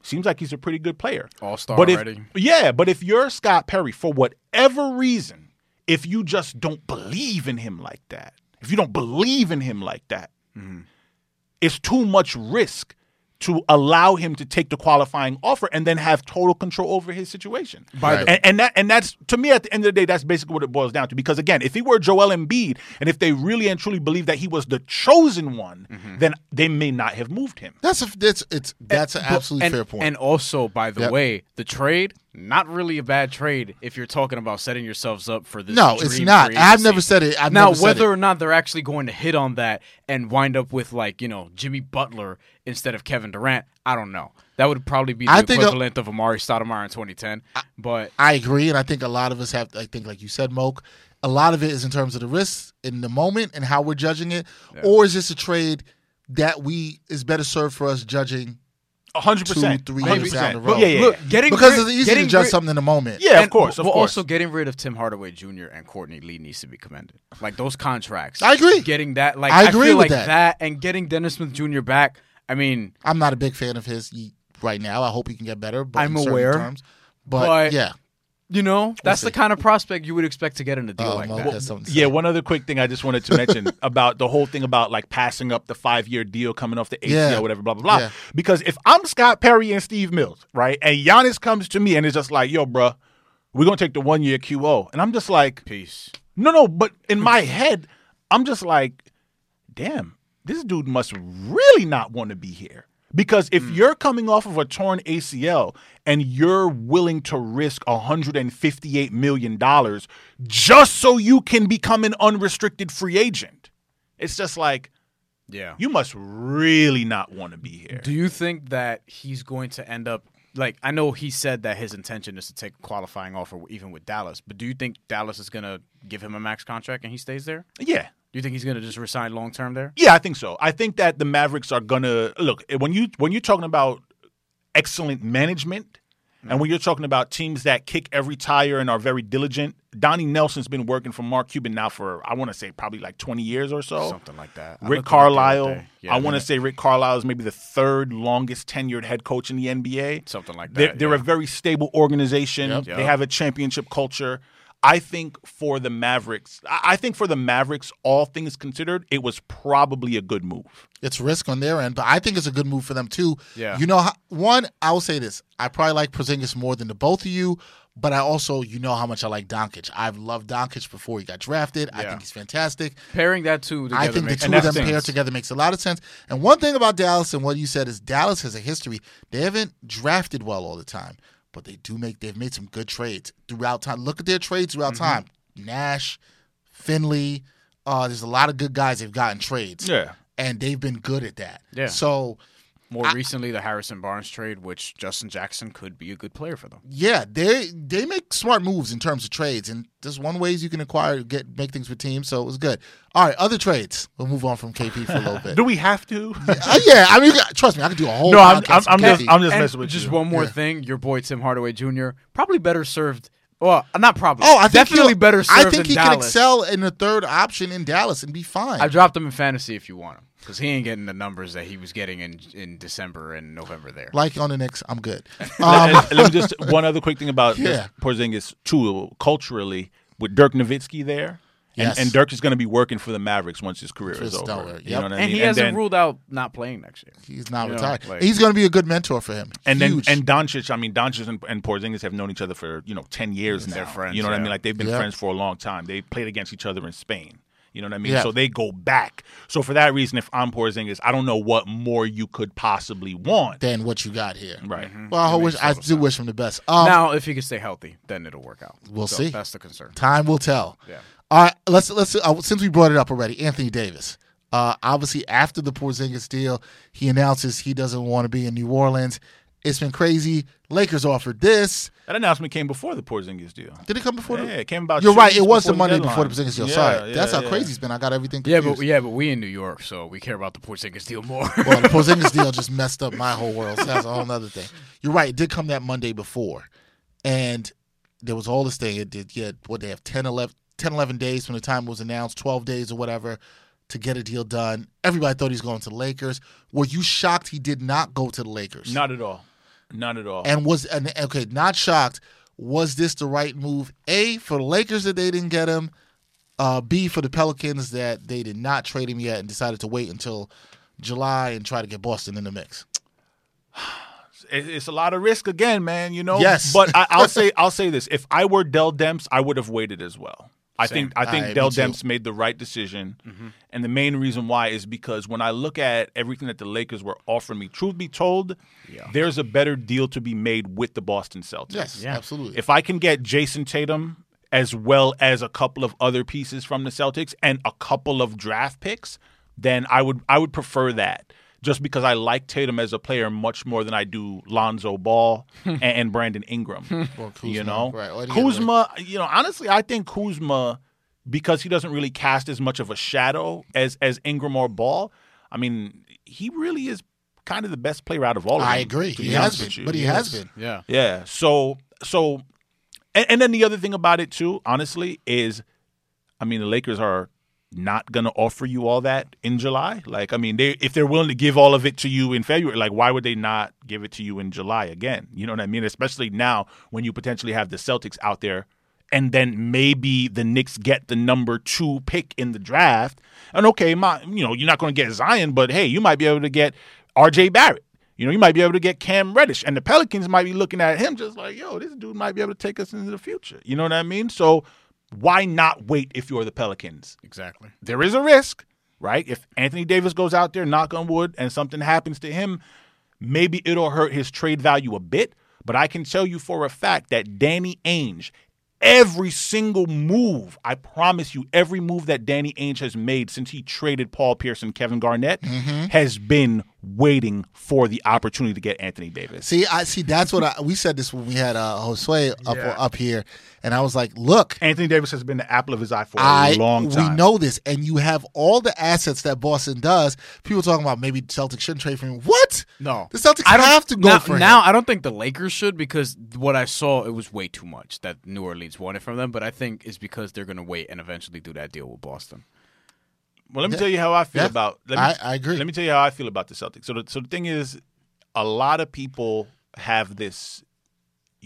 seems like he's a pretty good player,
All-star
But if-
already.
yeah, but if you're Scott Perry, for whatever reason, if you just don't believe in him like that, if you don't believe in him like that,
Mm-hmm.
it's too much risk to allow him to take the qualifying offer and then have total control over his situation.
By
Right.
the,
And, and that and that's to me at the end of the day, that's basically what it boils down to. Because again, if he were Joel Embiid, and if they really and truly believe that he was the chosen one,
Mm-hmm.
then they may not have moved him.
That's a that's it's that's an absolutely
and,
fair point.
and also, by the
Yep.
way, the trade not really a bad trade if you're talking about setting yourselves up for this.
No, it's
dream
not.
free
I've
agency.
never said it. I've
now,
never said
whether
it.
or not they're actually going to hit on that and wind up with like you know Jimmy Butler instead of Kevin Durant, I don't know. That would probably be the
I think a-
equivalent of Amari Stoudemire in 2010. but
I agree, and I think a lot of us have. I think, like you said, Moak, a lot of it is in terms of the risks in the moment and how we're judging it, or is this a trade that we is better served for us judging
hundred
two,
percent,
three years down the road?
Yeah, yeah,
look,
yeah.
getting
because
rid-
it's easy
getting
to judge
rid-
something in the moment.
Yeah, of
and-
course, of
but
course.
also getting rid of Tim Hardaway Jr. and Courtney Lee needs to be commended. Like those contracts,
I agree.
Getting that, like
I
I,
agree
feel
with
like
that.
and getting Dennis Smith Jr. back. I mean,
I'm not a big fan of his y- right now. I hope he can get better. But
I'm
in certain
aware,
terms. But,
but-
yeah,
you know, that's
see.
the kind of prospect you would expect to get in a deal
uh,
like
Moak
that.
has something to
Yeah,
say.
one other quick thing I just wanted to mention about the whole thing about like passing up the five year deal coming off the ACL,
Yeah.
whatever, blah, blah, blah.
Yeah.
Because if I'm Scott Perry and Steve Mills, right, and Giannis comes to me and is just like, yo, bruh, we're going to take the one year QO. And I'm just like,
Peace.
no, no, but in my head, I'm just like, damn, this dude must really not want to be here. Because if you're coming off of a torn ACL and you're willing to risk $158 million just so you can become an unrestricted free agent, it's just like,
Yeah.
you must really not want to be here.
Do you think that he's going to end up like I know he said that his intention is to take a qualifying offer even with Dallas, but do you think Dallas is going to give him a max contract and he stays there?
Yeah.
Do you think he's going to just resign long term there?
Yeah, I think so. I think that the Mavericks are gonna look eh, when you when you're talking about excellent management,
Mm-hmm.
and when you're talking about teams that kick every tire and are very diligent. Donnie Nelson's been working for Mark Cuban now for I want to say probably like 20 years or so.
Something like that. I
Rick
looked it up the other
Carlisle.
day. Yeah,
I want to say Rick Carlisle is maybe the third longest tenured head coach in the NBA.
Something like
They're,
that,
they're
yeah.
a very stable organization.
Yep.
They have a championship culture. I think for the Mavericks, I I think for the Mavericks, all things considered, it was probably a good move.
it's risk on their end, but I think it's a good move for them too.
Yeah.
You know, how- one, I will say this: I probably like Porzingis more than the both of you, But I also, you know how much I like Doncic. I've loved Doncic before he got drafted. I
Yeah.
think he's fantastic.
Pairing that two together
I think the
makes
two
and
of
that
them paired
stinks.
together makes a lot of sense. And one thing about Dallas and what you said is Dallas has a history. They haven't drafted well all the time, but they do make they've made some good trades throughout time. Look at their trades throughout
Mm-hmm.
time. Nash, Finley, uh, there's a lot of good guys they've gotten trades.
Yeah.
And they've been good at that.
Yeah.
So
more recently the Harrison Barnes trade, which Justin Jackson could be a good player for them.
yeah, they they make smart moves in terms of trades, and there's one ways you can acquire get make things with teams. So it was good. All right, other trades. We'll move on from KP for a little bit.
Do we have to?
Uh, yeah, I mean, you got- trust me, I could do a whole.
no, I'm,
podcast
I'm, I'm
on
just
KP.
I'm just
And
messing with
just
you.
one more thing, your boy Tim Hardaway Jr. probably better served. Well, not probably.
Oh, I think
definitely
he'll-
better served.
I think
in
he
Dallas.
can excel in the third option in Dallas and be fine.
I dropped him in fantasy if you want him, because he ain't getting the numbers that he was getting in in December and November there.
like on the Knicks, I'm good.
Let-
Um,
let, let me just one other quick thing about this
Yeah.
Porzingis too culturally with Dirk Nowitzki there. And,
Yes.
and Dirk is going to be working for the Mavericks once his career
Just
is over.
stellar,
You
yep.
know what I mean?
and he hasn't
then,
ruled out not playing next year.
he's not
You know,
retired.
like-
he's going to be a good mentor for him.
And
Huge.
then and Doncic, I mean Doncic and, and Porzingis have known each other for you know ten years now.
They're friends,
You know what I
yeah.
mean? Like they've been
Yeah.
friends for a long time. They played against each other in Spain. You know what I mean?
Yeah.
So they go back. So for that reason, if I'm Porzingis, I don't know what more you could possibly want.
than what you got here.
right.
Well, I wish I do wish him the best. Um,
now, if he can stay healthy, then it'll work out.
We'll
So
see.
That's the concern.
time will tell.
Yeah.
All right, let's let's uh, since we brought it up already, Anthony Davis. Uh, obviously, after the Porzingis deal, he announces he doesn't want to be in New Orleans. It's been crazy. Lakers offered this.
That announcement came before the Porzingis deal.
Did it come before?
Yeah,
the,
it came about
You're
two
right. It
weeks
was the
before the
Monday before the
deadline.
Porzingis deal.
Yeah,
Sorry, that's
yeah,
how
yeah.
crazy it's been. I got everything.
Yeah,
Confused.
but yeah, but we in New York, so we care about the Porzingis deal more.
Well, the Porzingis deal just messed up my whole world. So that's a whole other thing. You're right. It did come that Monday before. And there was all this thing. It did get, what, they have 10 11, 10, 11 days from the time it was announced, 12 days or whatever, to get a deal done. Everybody thought he was going to the Lakers. Were you shocked he did not go to the Lakers?
Not at all. Not at all.
And was, and, okay, not shocked. Was this the right move? A, for the Lakers that they didn't get him. Uh, B, for the Pelicans that they did not trade him yet and decided to wait until July and try to get Boston in the mix.
it- it's a lot of risk again, man. You know.
Yes.
But I, I'll say I'll say this: if I were Dell Demps, I would have waited as well. I think I think
Aye, me
Dell
too. Mm-hmm.
Demps made the right decision, and the main reason why is because when I look at everything that the Lakers were offering me, truth be told, there's a better deal to be made with the Boston Celtics.
Yes, absolutely.
If I can get Jason Tatum as well as a couple of other pieces from the Celtics and a couple of draft picks, then I would I would prefer that. Just because I like Tatum as a player much more than I do Lonzo Ball and, and Brandon Ingram, you
Kuzma,
know,
right, or the other way.
Kuzma. You know, honestly, I think Kuzma because he doesn't really cast as much of a shadow as as Ingram or Ball. I mean, he really is kind of the best player out of all. of
I
them,
agree.
to
He
be
has
honest
been,
with you.
but he has been.
yeah.
Yeah. So so and, and then the other thing about it too, honestly, is I mean the Lakers are not gonna offer you all that in July. Like, I mean, they if they're willing to give all of it to you in February, like why would they not give it to you in July again? You know what I mean? Especially now when you potentially have the Celtics out there and then maybe the Knicks get the number two pick in the draft. And okay, my you know, you're not gonna get Zion, but hey, you might be able to get RJ Barrett. You know, you might be able to get Cam Reddish, and the Pelicans might be looking at him just like, yo, this dude might be able to take us into the future. You know what I mean? So why not wait if you're the Pelicans?
Exactly.
There is a risk, right? If Anthony Davis goes out there, knock on wood, and something happens to him, maybe it'll hurt his trade value a bit. But I can tell you for a fact that Danny Ainge, every single move, I promise you, every move that Danny Ainge has made since he traded Paul Pierce and Kevin Garnett
Mm-hmm.
has been waiting for the opportunity to get Anthony Davis.
See, I see. That's what I, we said this when we had uh, Josue up up here, and I was like, "Look,
Anthony Davis has been the apple of his eye for a
I
long time.
we know this, and you have all the assets that Boston does." People talking about maybe Celtics shouldn't trade for him. What?
No.
the Celtics
I don't
have to go
now,
for him.
now. I don't think the Lakers should because what I saw it was way too much that New Orleans wanted from them. But I think it's because they're going to wait and eventually do that deal with Boston.
Well, let me tell you how I feel
Yeah.
about. Let me,
I- I agree.
Let me tell you how I feel about the Celtics. So, the, so the thing is, a lot of people have this.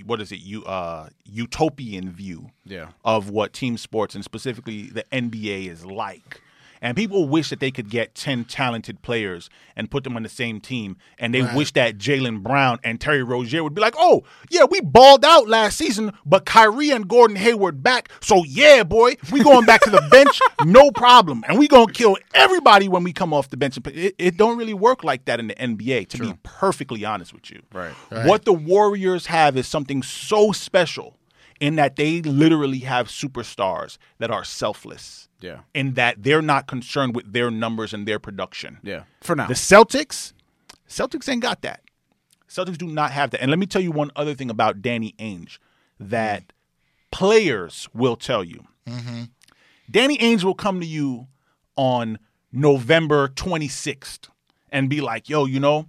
What is it? You uh, utopian view
Yeah.
of what team sports and specifically the NBA is like. And people wish that they could get 10 talented players and put them on the same team. And they wish that Jalen Brown and Terry Rozier would be like, oh, yeah, we balled out last season, but Kyrie and Gordon Hayward back. So, yeah, boy, we going back to the bench, no problem. And we going to kill everybody when we come off the bench. And play." It, it don't really work like that in the NBA, to be perfectly honest with you.
Right.
What the Warriors have is something so special in that they literally have superstars that are selfless.
Yeah.
In that they're not concerned with their numbers and their production.
Yeah. For now.
The Celtics, Celtics ain't got that. Celtics do not have that. And let me tell you one other thing about Danny Ainge
Mm.
that players will tell you.
Mm-hmm.
Danny Ainge will come to you on November 26th and be like, "Yo, you know,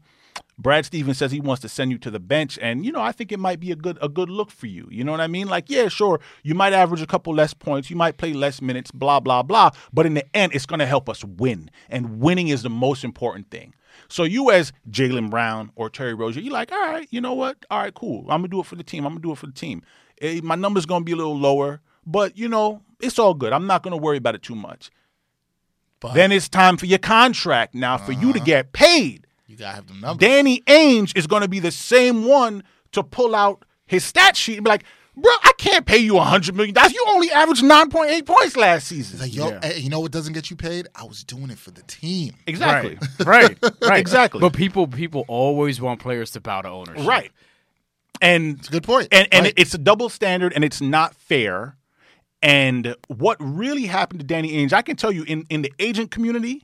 Brad Stevens says he wants to send you to the bench, and you know, I think it might be a good a good look for you. You know what I mean? Like, yeah, sure, you might average a couple less points, you might play less minutes, blah blah blah, but in the end, it's going to help us win, and winning is the most important thing. So you as Jalen Brown or Terry Rozier, you're like, all right, you know what? All right, cool. I'm gonna do it for the team. I'm gonna do it for the team. Eh, my number's gonna be a little lower, but you know, it's all good. I'm not gonna worry about it too much.
But-
then it's time for your contract now for you to get paid.
You gotta have the number.
Danny Ainge is going to be the same one to pull out his stat sheet and be like, bro, I can't pay you $100 million. You only averaged 9.8 points last season.
Like, yo, eh. hey, you know what doesn't get you paid? I was doing it for the team.
exactly.
right. Right.
Exactly.
But people people always want players to bow to ownership.
Right. And
Good point.
and, and
Right.
it's a double standard and it's not fair. And what really happened to Danny Ainge, I can tell you in, in the agent community,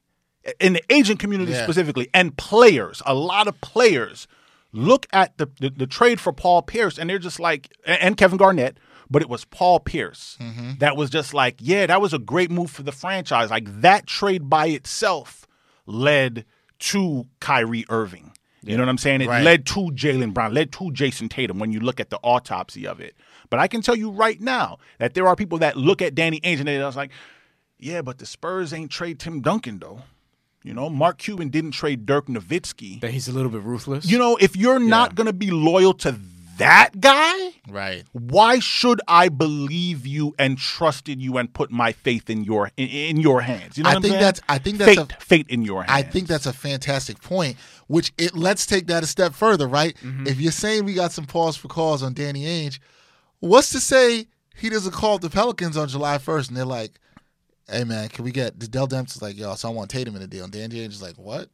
in the agent community
Yeah.
specifically, and players, a lot of players look at the, the, the trade for Paul Pierce and they're just like, and, and Kevin Garnett, but it was Paul Pierce
Mm-hmm.
that was just like, yeah, that was a great move for the franchise. Like that trade by itself led to Kyrie Irving. You know what I'm saying? It
Right.
led led to Jalen Brown, led to Jason Tatum when you look at the autopsy of it. But I can tell you right now that there are people that look at Danny Ainge and they're just like, yeah, but the Spurs ain't trade Tim Duncan, though. You know, Mark Cuban didn't trade Dirk Nowitzki.
That he's a little bit ruthless.
You know, if you're not going to be loyal to that guy,
right.
why should I believe you and trusted you and put my faith in your in, in your hands? You know
I
what I'm
think
saying?
that's- I think that's
fate,
a-
fate in your
I
hands.
think that's a fantastic point. Which it let's take that a step further, right? If you're saying we got some pause for calls on Danny Ainge, what's to say he doesn't call the Pelicans on July 1st and they're like, "Hey man, can we get?" The Dell Demps is like, "Yo, so I want Tatum in the deal." And Danny Ainge is like, "What?"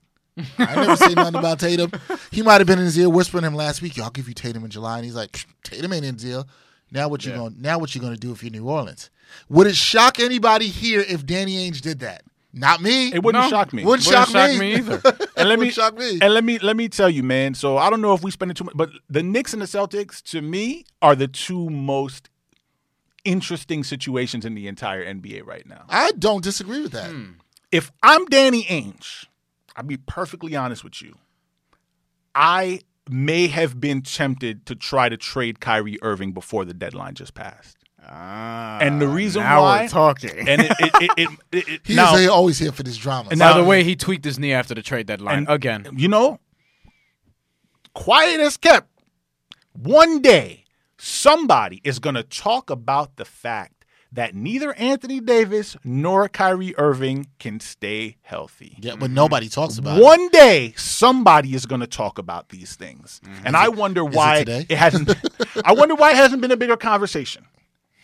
I never seen nothing about Tatum. He might have been in his ear whispering to him last week. Yo, I'll give you Tatum in July, and he's like, "Psh, Tatum ain't in the deal. Now what you going? Now what you going to do if you're New Orleans? Would it shock anybody here if Danny Ainge did that? Not me.
it wouldn't
No.
shock me.
Wouldn't
Wouldn't
shock,
shock
me.
me either.
and let me
Wouldn't shock me.
And let me let me tell you, man. So I don't know if we spend it too much, but the Knicks and the Celtics to me are the two most interesting situations in the entire NBA right now.
I don't disagree with that.
Hmm.
If I'm Danny Ainge, I'll be perfectly honest with you. I may have been tempted to try to trade Kyrie Irving before the deadline just passed,
Ah,
and the reason
now
why
we're talking.
and it, it, it, it, it, it
He
now,
is always here for this drama.
And
By
now-
the way, he tweaked his knee after the trade deadline
And-
again.
you know, quiet as kept. One day, somebody is going to talk about the fact that neither Anthony Davis nor Kyrie Irving can stay healthy.
yeah, but nobody talks about it.
One day, somebody is going to talk about these things, and I wonder why
today?
hasn't. I wonder why it hasn't been a bigger conversation.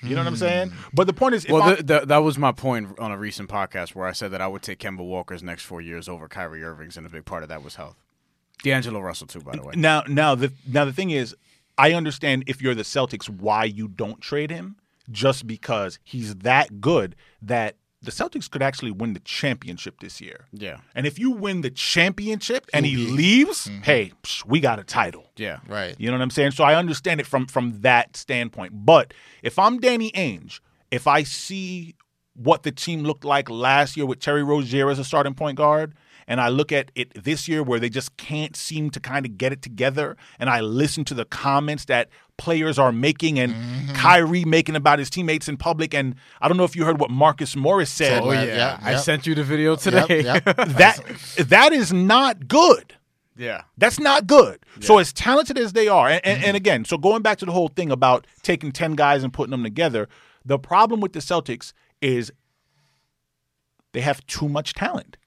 You know what I'm saying? But the point is, if
Well,
I'm-
th th that was my point on a recent podcast where I said that I would take Kemba Walker's next four years over Kyrie Irving's, and a big part of that was health. D'Angelo Russell too, by the way.
Now, now the now the thing is, I understand if you're the Celtics why you don't trade him, just because he's that good that the Celtics could actually win the championship this year.
Yeah.
and if you win the championship and he leaves, hey, psh, we got a title.
Yeah,
Right.
You know what I'm saying? So I understand it from from that standpoint. But if I'm Danny Ainge, if I see what the team looked like last year with Terry Rozier as a starting point guard, and I look at it this year where they just can't seem to kind of get it together, and I listen to the comments that players are making and Kyrie making about his teammates in public, and I don't know if you heard what Marcus Morris said.
Oh,
Oh yeah,
yeah, yeah,
I
yep.
sent you the video
Yep,
today.
yep.
that that is not good.
yeah,
That's not good. So as talented as they are, and, and, and again, so going back to the whole thing about taking ten guys and putting them together, the problem with the Celtics is They have too much talent.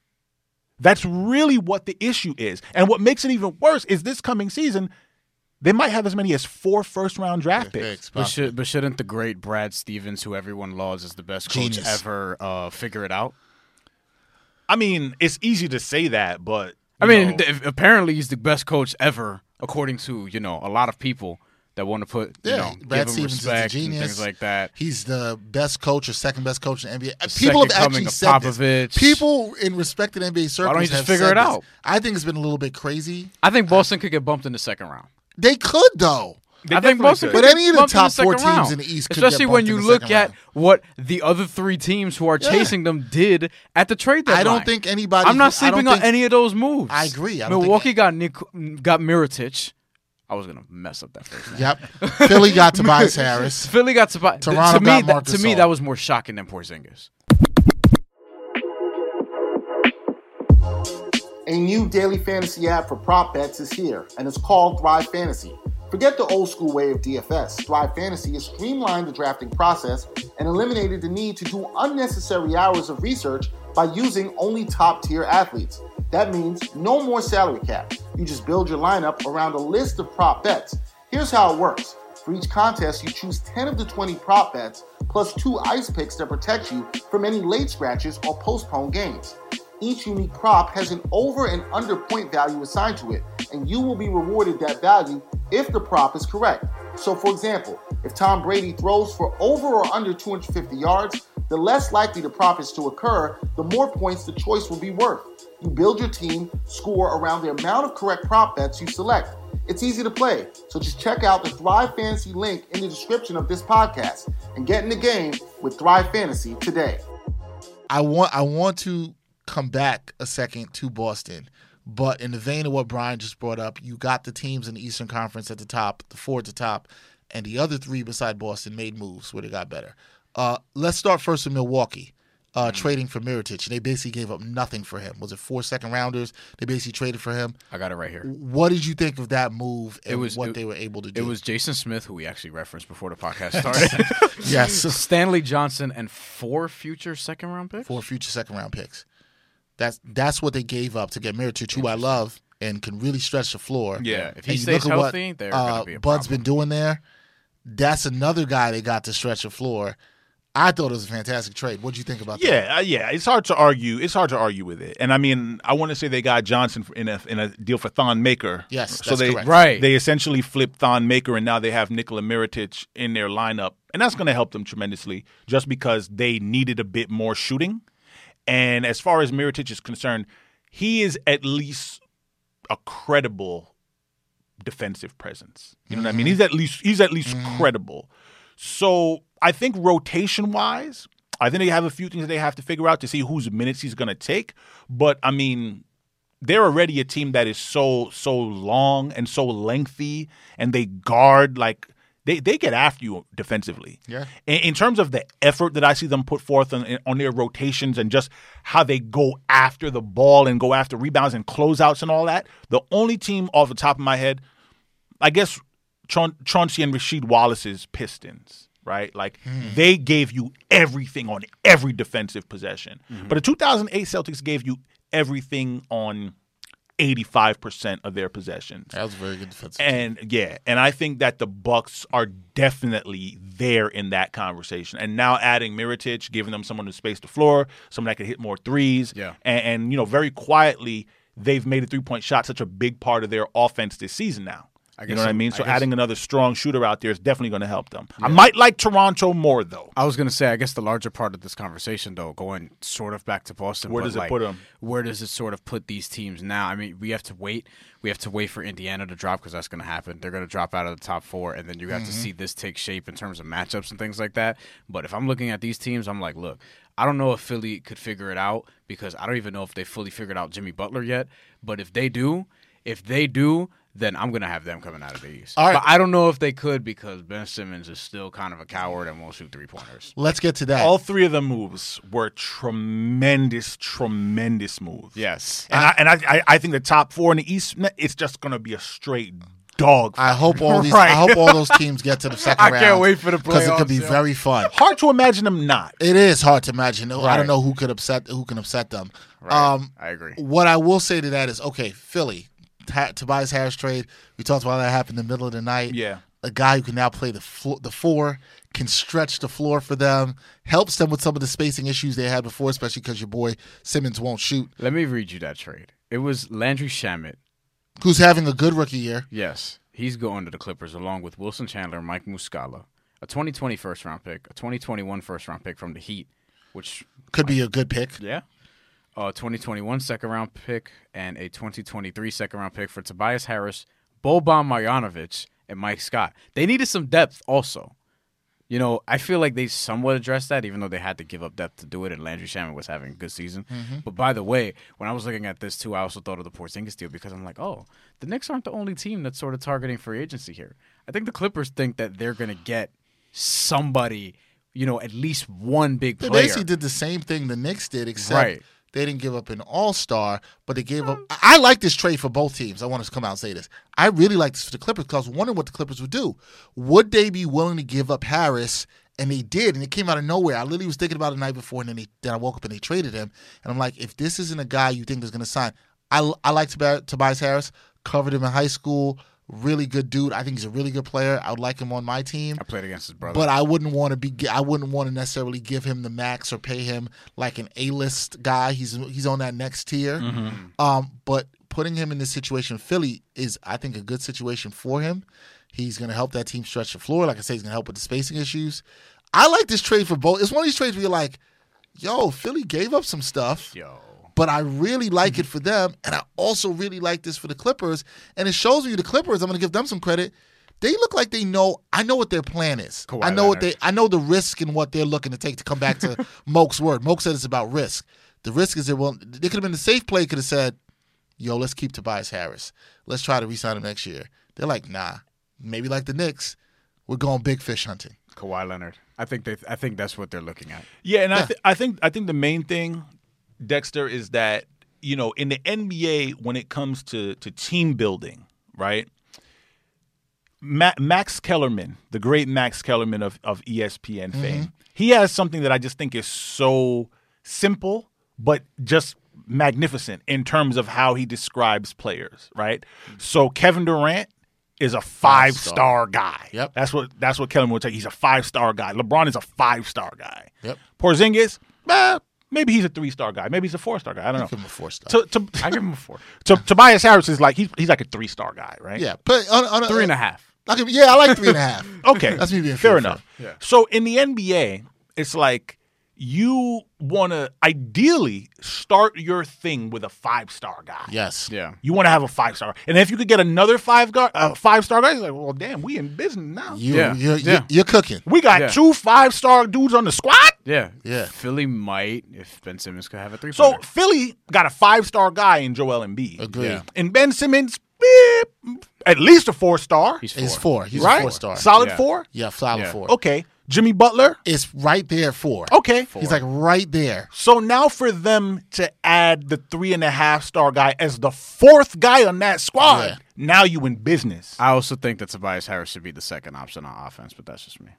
That's really what the issue is. And what makes it even worse is this coming season, they might have as many as four first round draft picks.
Thanks,
But,
Bob.
should, but shouldn't the great Brad Stevens, who everyone lauds as the best coach
Genius.
ever, uh, figure it out?
I mean, it's easy to say that, but
I
you
mean,
know,
th- apparently he's the best coach ever, according to you know a lot of people that want to put you
Yeah,
know
Brad
give him
Stevens is a
respect and
genius.
things like that.
He's the best coach or second best coach in NBA. People have
second coming
actually
of
said
Popovich.
this. People in respected NBA circles
don't you just
have
figure
said
it
this.
out?
I think it's been a little bit crazy.
I think Boston could get bumped in the second round.
They could though.
they
I think
definitely
Boston,
could.
could
But
get
any of the
bumped
top
second
four teams
round.
in the East could get
especially when
bumped
you
in the
look
second
at
round.
what the other three teams who are
Yeah.
chasing them did at the trade deadline.
I don't think anybody.
I'm not
I don't
sleeping on
think-
any of those moves.
I agree. I don't think-
Milwaukee got Nick, got Miritich. I was gonna mess up that first name.
Yep. Philly got Tobias Harris.
Philly got Tobi- th-
Toronto
to me,
got
that, to
Marc
me,
Gasol.
that was more shocking than Porzingis.
A new daily fantasy app for prop bets is here, and it's called Thrive Fantasy. Forget the old school way of DFS. Thrive Fantasy has streamlined the drafting process and eliminated the need to do unnecessary hours of research by using only top tier athletes. That means no more salary cap. You just build your lineup around a list of prop bets. Here's how it works for each contest, you choose 10 of the 20 prop bets, plus two ice picks that protect you from any late scratches or postponed games. Each unique prop has an over and under point value assigned to it, and you will be rewarded that value if the prop is correct. So, for example, if Tom Brady throws for over or under 250 yards, the less likely the prop is to occur, the more points the choice will be worth. You build your team score around the amount of correct prop bets you select. It's easy to play, so just check out the Thrive Fantasy link in the description of this podcast and get in the game with Thrive Fantasy today. I want I want to come back a second to Boston, but in the vein of what Brian just brought up, you got the teams in the Eastern Conference at the top, the four at the top, and the other three beside Boston made moves where they got better. Uh, let's start first with Milwaukee.
Mm-hmm.
Uh, Trading for Miritich, they basically gave up nothing for him. Was it four second rounders? They basically traded for him.
I got it right here.
What did you think of that move and
was-
what
it-
they were able to do?
It was Jason Smith, who we actually referenced before the podcast started.
yes,
Stanley Johnson and four future second round picks.
four future second round picks. That's that's what they gave up to get Miritich, who I love and can really stretch the floor.
Yeah.
If he
And you
stays
look at what,
healthy, they're
uh,
gonna be a
Bud's
problem.
been doing there. That's another guy they got to stretch the floor. I thought it was a fantastic trade. What do you think about that?
Yeah, uh, yeah. It's hard to argue. It's hard to argue with it. And I mean, I want to say they got Johnson in a in a deal for Thon Maker.
Yes,
so
that's
they
correct.
Right.
They essentially flipped Thon Maker, and now they have Nikola Mirotic in their lineup, and that's going to help them tremendously, just because they needed a bit more shooting. And as far as Mirotic is concerned, he is at least a credible defensive presence. You know what I mean? He's at least he's at least credible. So I think rotation wise, I think they have a few things that they have to figure out to see whose minutes he's going to take. But I mean, they're already a team that is so so long and so lengthy, and they guard like they they get after you defensively.
Yeah.
In, in terms of the effort that I see them put forth on, on their rotations and just how they go after the ball and go after rebounds and closeouts and all that, the only team off the top of my head I guess Chaun- Chauncey and Rasheed Wallace's Pistons, right? Like they gave you everything on every defensive possession. But the 2008 Celtics gave you everything on 85% of their possessions.
That was a very good defensive.
And yeah, and I think that the Bucks are definitely there in that conversation. And now adding Miritich, giving them someone to space the floor, someone that can hit more threes.
Yeah.
And, and you know, very quietly, they've made a three point shot such a big part of their offense this season now. you
guess
know what I
I'm-
mean?
I
So
guess-
adding another strong shooter out there is definitely going to help them. I might like Toronto more though.
I was gonna say, I guess the larger part of this conversation, though, going sort of back to Boston.
Where
but,
does it
like,
put 'em?
Where does it sort of put these teams now? I mean, we have to wait. We have to wait for Indiana to drop because that's gonna happen. They're gonna drop out of the top four, and then you
Mm-hmm.
have to see this take shape in terms of matchups and things like that. But if I'm looking at these teams, I'm like, look, I don't know if Philly could figure it out because I don't even know if they fully figured out Jimmy Butler yet. But if they do, if they do. Then I'm gonna have them coming out of the East.
All right.
But I don't know if they could because Ben Simmons is still kind of a coward and won't shoot three pointers.
Let's get to that.
All three of the moves were tremendous, tremendous moves.
Yes.
And I, and I, I, I think the top four in the East, it's just going to be a straight dog.
I hope all these.
Right.
I hope all those teams get to the second
I
round.
can't wait for the
because it could be
playoffs, yo.
very fun.
Hard to imagine them not.
It is hard to imagine. I don't
Right.
know who could upset who can upset them.
Right.
Um,
I agree.
What I will say to that is, okay, Philly, Ta- Tobias Harris trade. We talked about that happened in the middle of the night.
Yeah.
a guy who can now play the flo- the four can stretch the floor for them, helps them with some of the spacing issues they had before, especially because your boy Simmons won't shoot.
Let me read you that trade. It was Landry Shamit.
Who's having a good rookie year?
Yes, he's going to the Clippers along with Wilson Chandler and Mike Muscala. A 2020 first round pick, a 2021 first round pick from the Heat, which
Could be a good pick.
Yeah. A 2021 second round pick and a 2023 second round pick for Tobias Harris, Boban Marjanovic, and Mike Scott. They needed some depth also. You know, I feel like they somewhat addressed that, even though they had to give up depth to do it. And Landry Shaman was having a good season.
Mm-hmm.
But by the way, when I was looking at this too, I also thought of the Porzingis deal because I'm like, oh, the Knicks aren't the only team that's sort of targeting free agency here. I think the Clippers think that they're going to get somebody, you know, at least one big
They
player.
basically did the same thing the Knicks did, except
Right.
they didn't give up an all star, but they gave up. I I like this trade for both teams. I want to come out and say this. I really like this for the Clippers because I was wondering what the Clippers would do. Would they be willing to give up Harris? And they did, and it came out of nowhere. I literally was thinking about it the night before, and then, they, then I woke up and they traded him. And I'm like, if this isn't a guy you think is going to sign, I, I like Tobi- Tobias Harris. Covered him in high school. Really good dude. I think he's a really good player. I would like him on my team.
I played against his brother.
But I wouldn't want to be. I wouldn't want to necessarily give him the max or pay him like an A-list guy. He's he's on that next tier. Um, but putting him in this situation, in Philly is I think a good situation for him. He's going to help that team stretch the floor. Like I say, he's going to help with the spacing issues. I like this trade for both. It's one of these trades where you're like, "Yo, Philly gave up some stuff."
Yo.
but I really like
Mm-hmm.
it for them, and I also really like this for the Clippers. And it shows you the Clippers. I'm going to give them some credit. They look like they know. I know what their plan is.
Kawhi
I know what they.
Leonard.
I know the risk and what they're looking to take. To come back to Moak's word, Moak said it's about risk. The risk is they well, they could have been the safe play. Could have said, "Yo, let's keep Tobias Harris. Let's try to re-sign him next year." They're like, "Nah, maybe like the Knicks, we're going big fish hunting."
Kawhi Leonard. I think they. I think that's what they're looking at.
Yeah, and I, th- I think I think the main thing, Dexter, is that you know in the NBA when it comes to to team building, right? Ma- Max Kellerman, the great Max Kellerman of of E ESPN fame, he has something that I just think is so simple, but just magnificent in terms of how he describes players, right? So Kevin Durant is a five star guy.
Yep.
That's what that's what Kellerman would say. He's a five star guy. LeBron is a five star guy.
Yep.
Porzingis, eh, maybe he's a three star guy. Maybe he's a four star guy. I don't know.
Oh.
Give him a four star.
To, to,
I give him a four,
to, Tobias Harris is like he's he's like a three star guy, right?
yeah, but on, on,
three and a Oh. half.
I could- yeah, I like three and a half.
Okay.
That's me being
fair
fair.
enough. So in the NBA, it's like you want to ideally start your thing with a five star guy.
Yes.
Yeah,
You want to have a five star, and if you could get another five guard, uh, five star guy, he's like, well, damn, we in business now.
You,
Yeah,
You're,
yeah.
You're, you're cooking.
we got
Yeah.
two five star dudes on the squad.
yeah,
Yeah.
Philly might if Ben Simmons could have a three.
So Philly got a five star guy in Joel Embiid.
Agreed.
Yeah.
And Ben Simmons, eh, at least a four star.
he's four.
He's four. He's
right?
a four star.
Solid
Yeah.
four?
yeah, solid
Yeah.
four.
Okay. Jimmy Butler?
It's right there four.
Okay.
He's like right there.
So now for them to add the three and a half star guy as the fourth guy on that squad,
Yeah.
now you in business.
I also think that Tobias Harris should be the second option on offense, but that's just me.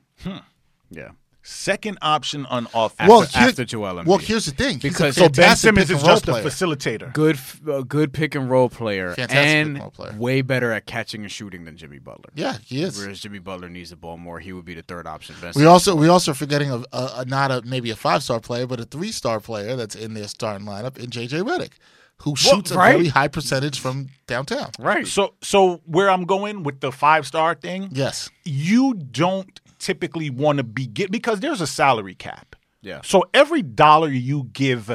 Yeah.
Second option on offense.
Well, after Joel Embiid.
Well, here's the thing. Because
Because- so
so Ben Simmons is just a facilitator.
Good, f- a good pick and roll player,
Fantastic pick
and
and roll player.
way better at catching and shooting than Jimmy Butler.
Yeah, he is.
Whereas Jimmy Butler needs the ball more, he would be the third option. Ben
We also we also forgetting a, a, a not a maybe a five star player, but a three star player that's in their starting lineup in JJ Redick, who shoots
right?
a very high percentage from downtown.
right.
So so where I'm going with the five star thing,
Yes.
you don't typically want to be get because there's a salary cap.
Yeah.
So every dollar you give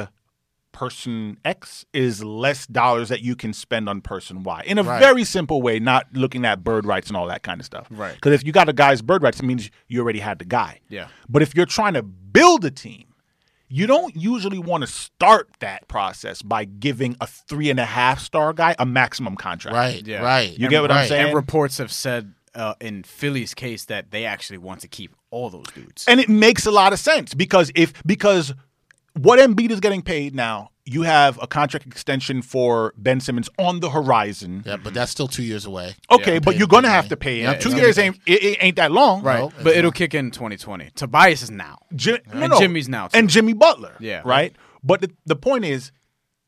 person X is less dollars that you can spend on person Y in a
Right.
very simple way, not looking at bird rights and all that kind of stuff.
Right.
Because if you got a guy's bird rights, it means you already had the guy.
Yeah.
But if you're trying to build a team, you don't usually want to start that process by giving a three and a half star guy a maximum contract.
Right.
Yeah.
Right.
You get what I'm
right.
saying?
And reports have said uh, in Philly's case that they actually want to keep all those dudes.
And it makes a lot of sense because if because what Embiid is getting paid now, you have a contract extension for Ben Simmons on the horizon.
Yeah, but that's still two years away.
Okay,
Yeah,
but
pay
you're
him
gonna
big
have
money.
to pay him.
Yeah,
Two
it's
years
gonna
ain't it, it ain't that long,
Right.
No,
but
Oh, it's
it'll kick in 2020. Tobias is now.
Jim, no,
And
no.
Jimmy's now, too.
and Jimmy Butler.
Yeah.
right. But the, the point is,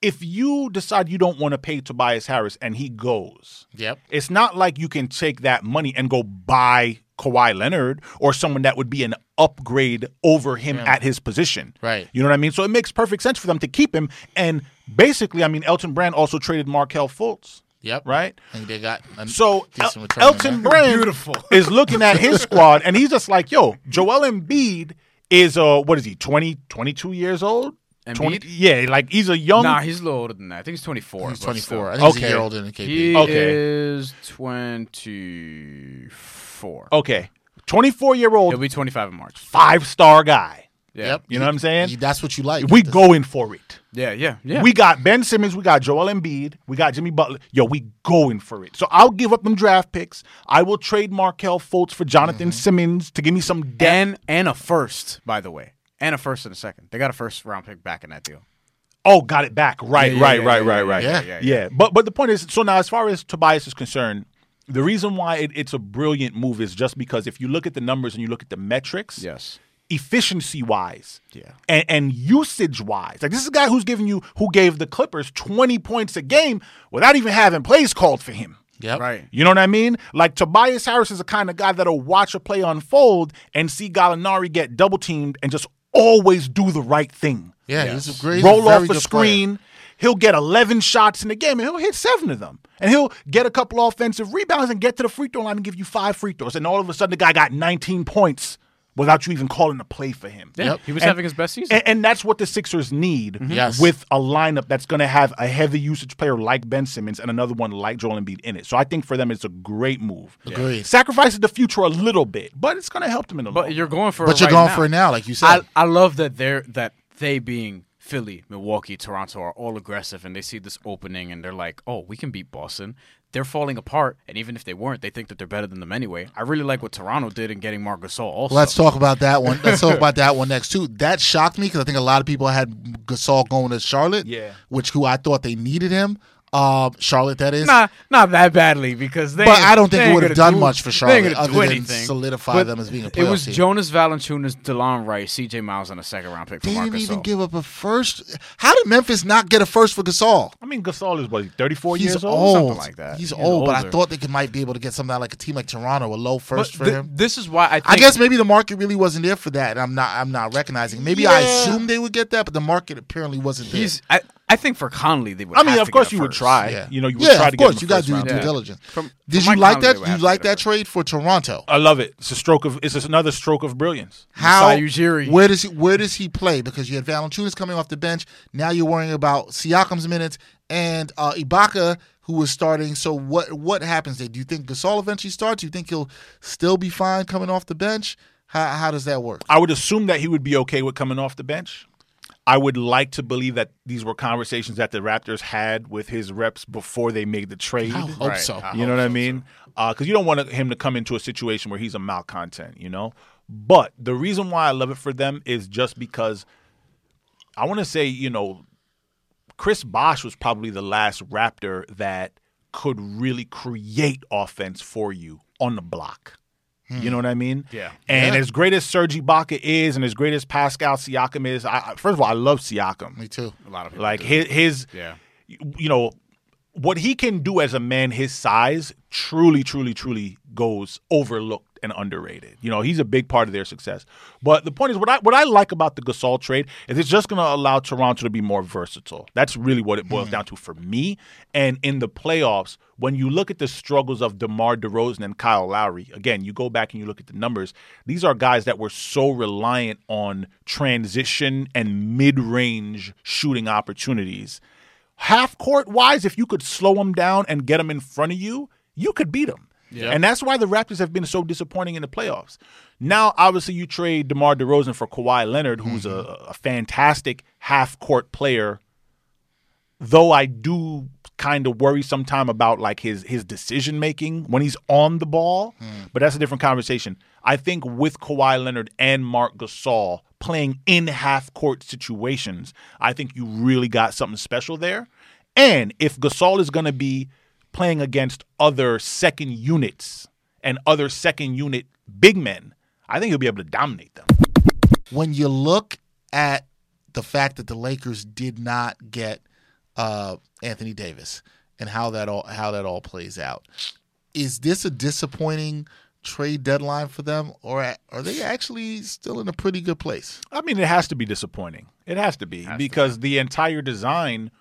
if you decide you don't want to pay Tobias Harris and he goes,
Yep.
it's not like you can take that money and go buy Kawhi Leonard or someone that would be an upgrade over him at his position.
Right.
You know what I mean? So it makes perfect sense for them to keep him. And basically, I mean, Elton Brand also traded Markel Fultz.
Yep.
Right.
And they got a
So
decent
El-
return on
Elton
that.
Brand
Beautiful.
is looking at his squad and he's just like, yo, Joel Embiid is uh what is he, 20, 22 years old?
Embiid?
yeah, like he's a young
Nah, he's a little older than that. I think he's 24.
Um, He's
but still.
24. I think he's
Okay.
a year older than KP.
He
Okay.
is 24.
Oh,
Okay. 24 year
He'll
old,
be 25 in March.
five star guy.
Yeah.
Yep.
You know what I'm saying?
that's what you like.
We going for it.
Yeah, yeah, yeah.
We got Ben Simmons, we got Joel Embiid, we got Jimmy Butler. Yo, we going for it. So I'll give up them draft picks. I will trade Markel Fultz for Jonathan
Mm-hmm.
Simmons to give me some depth.
and and a first, by the way. And a first and a second. They got a first round pick back in that deal.
Oh, got it back. Right,
Yeah, yeah,
right,
yeah,
right,
yeah,
right, right.
yeah,
yeah,
yeah. But but the point is, so now as far as Tobias is concerned, the reason why it, it's a brilliant move is just because if you look at the numbers and you look at the metrics,
Yes.
efficiency wise,
Yeah.
and, and usage wise, like this is a guy who's giving you who gave the Clippers twenty points a game without even having plays called for him.
Yep.
Right.
You know what I mean? Like Tobias Harris is the kind of guy that'll watch a play unfold and see Gallinari get double teamed and just always do the right thing
Yeah, he's a great. he's
roll
very
off
good
a
player.
screen. He'll get 11 shots in the game and he'll hit seven of them. And he'll get a couple offensive rebounds and get to the free throw line and give you five free throws. And all of a sudden, the guy got 19 points without you even calling a play for him.
Yeah.
Yep.
He was
And-
having his best season. Mm-hmm.
And, and that's what the Sixers need
Yes.
with a lineup that's going to have a heavy usage player like Ben Simmons and another one like Joel Embiid in it. So I think for them, it's a great move.
Agreed.
Sacrifices the future a little bit, but it's going to help them in the long
but you're going for
But
it
you're
right
going
now.
for it now, like you
I,
said.
I love that they're that they being Philly, Milwaukee, Toronto are all aggressive and they see this opening and they're like, oh, we can beat Boston. They're falling apart, and even if they weren't, they think that they're better than them anyway. I really like what Toronto did in getting Marc Gasol. Also,
Let's talk about that one. Let's talk about that one next too. That shocked me because I think a lot of people had Gasol going to Charlotte.
Yeah.
Which who I thought they needed him. Um, Charlotte, that is.
not not that badly because they.
But I don't think
they
it
ain't
would have
gonna
done
do-
much for
they ain't
Charlotte
gonna
other
do
than
anything.
solidify
But
them as being a
It was
playoff team.
Jonas Valanciunas, DeLon Rice, C.J. Miles, and a second round pick for
They
Marc
didn't even
Gasol.
give up a first. How did Memphis not get a first for Gasol?
I mean, Gasol is, what, 34
He's
years
old,
old?
something like that.
He's,
He's
old, but I
older.
thought they could might be able to get something like a team like Toronto, a low
But
first for
th-
him.
this is why I. Think
I guess maybe the market really wasn't there for that. and I'm not. I'm not recognizing. Maybe I
Yeah.
assumed they would get that, but the market apparently wasn't there.
he's. I, I think for Conley they would.
I mean,
have
of
to
course
get a
you would
first.
try.
Yeah.
You know, you would
yeah,
try
of
to
course
get
you
him a
got
first
to do your
round
due
pick.
diligence.
From-
Did
from
you
Mike
like
Conley,
that?
they would
Did you
have to
like
get a
that
first.
trade for Toronto?
I love it. It's a stroke of it's another stroke of brilliance.
How?
Masai Ujiri.
Where does he? Where does he play? Because you had Valanciunas coming off the bench. Now you're worrying about Siakam's minutes and uh, Ibaka, who was starting. So what? What happens there? Do you think Gasol eventually starts? Do you think he'll still be fine coming off the bench? How, how does that work?
I would assume that he would be okay with coming off the bench. I would like to believe that these were conversations that the Raptors had with his reps before they made the trade.
I hope so.
You know what I mean? Because Uh, you don't want him to come into a situation where he's a malcontent, you know? But the reason why I love it for them is just because I want to say, you know, Chris Bosch was probably the last Raptor that could really create offense for you on the block. You know what I mean?
Yeah.
And as great as Serge Ibaka is, and as great as Pascal Siakam is, I, I- first of all, I love Siakam.
Me too.
A lot of people
Like
do.
his, his
Yeah.
you know, what he can do as a man his size truly, truly, truly goes overlooked and underrated. You know, he's a big part of their success. But the point is, what I what I like about the Gasol trade is it's just going to allow Toronto to be more versatile. That's really what it boils down to for me. And in the playoffs, when you look at the struggles of DeMar DeRozan and Kyle Lowry, again, you go back and you look at the numbers. These are guys that were so reliant on transition and mid range shooting opportunities half court wise, if you could slow them down and get them in front of you, you could beat them. And that's why the Raptors have been so disappointing in the playoffs. Now, obviously, you trade DeMar DeRozan for Kawhi Leonard, who's a, a fantastic half court player. Though I do kind of worry sometime about like his his decision making when he's on the ball, but that's a different conversation. I think with Kawhi Leonard and Mark Gasol playing in half court situations, I think you really got something special there. And if Gasol is going to be playing against other second units and other second unit big men, I think he'll be able to dominate them.
when you look at the fact that the Lakers did not get uh, Anthony Davis and how that all how that all plays out, is this a disappointing trade deadline for them, or a- are they actually still in a pretty good place?
I mean, it has to be disappointing. It has to be because the entire design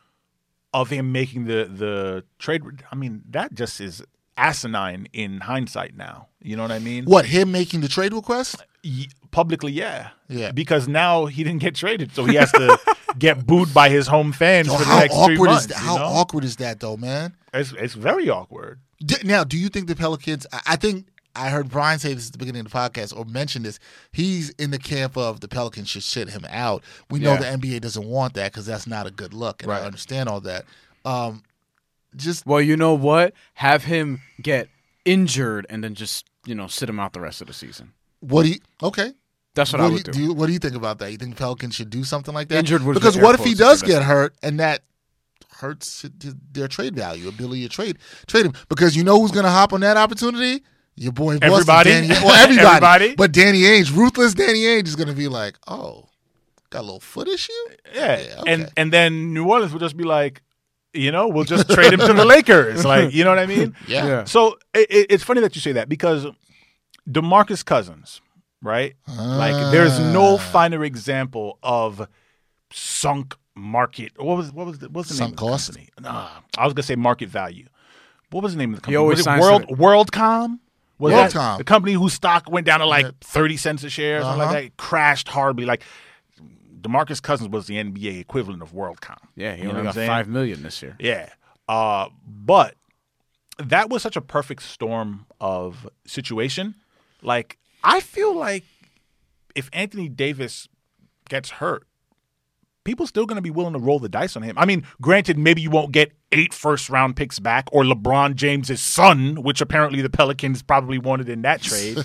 of him making the the trade. I mean, that just is asinine in hindsight now. You know what I mean?
What him making the trade request?
Ye- publicly, yeah,
Yeah.
Because now he didn't get traded, so he has to get booed by his home fans
Yo,
for the
how
next three
awkward
months.
is that?
you
How
know?
awkward is that though, man?
it's it's very awkward.
D- Now, do you think the Pelicans? I- I think I heard Brian say this at the beginning of the podcast or mention this. He's in the camp of the Pelicans should shit him out. We know
Yeah.
the NBA doesn't want that because that's not a good look, and I
Right.
understand all that. Um, just
Well, you know what? Have him get injured and then just you know sit him out the rest of the season.
what do you? Okay,
That's what,
what
I
do
would
you,
do.
do you- what do you think about that? You think the Pelicans should do something like that?
Injured was
because
the air
what if he
quotes that
does
you
get
mentioned.
hurt and that hurts their trade value, ability to trade trade him? Because you know who's going to hop on that opportunity? Your boy, Boston,
Everybody?
Danny, well, everybody,
Everybody?
But Danny Ainge, ruthless Danny Ainge, is going to be like, oh, got a little foot issue.
Yeah,
okay.
and and then New Orleans will just be like, you know, we'll just trade him to the Lakers. Like, you know what I mean?
yeah.
Yeah.
So it, it, it's funny that you say that because DeMarcus Cousins, right? Like there's
Ah.
no finer example of sunk market. What was what was the, what was the name
Sunk
of the
cost?
company? Nah, I was gonna say market value. What was the name of the company?
always
Was it
signs
World
to
WorldCom? Was that
WorldCom.
the company whose stock went down to like thirty cents a share, or something like
Uh-huh.
that? It crashed horribly. Like DeMarcus Cousins was the NBA equivalent of WorldCom.
Yeah, he
You know
only
what I'm
got
saying?
five million this year.
Yeah. Uh, but that was such a perfect storm of situation. Like, I feel like if Anthony Davis gets hurt, people still going to be willing to roll the dice on him. I mean, granted, maybe you won't get eight first round picks back or LeBron James's son, which apparently the Pelicans probably wanted in that trade.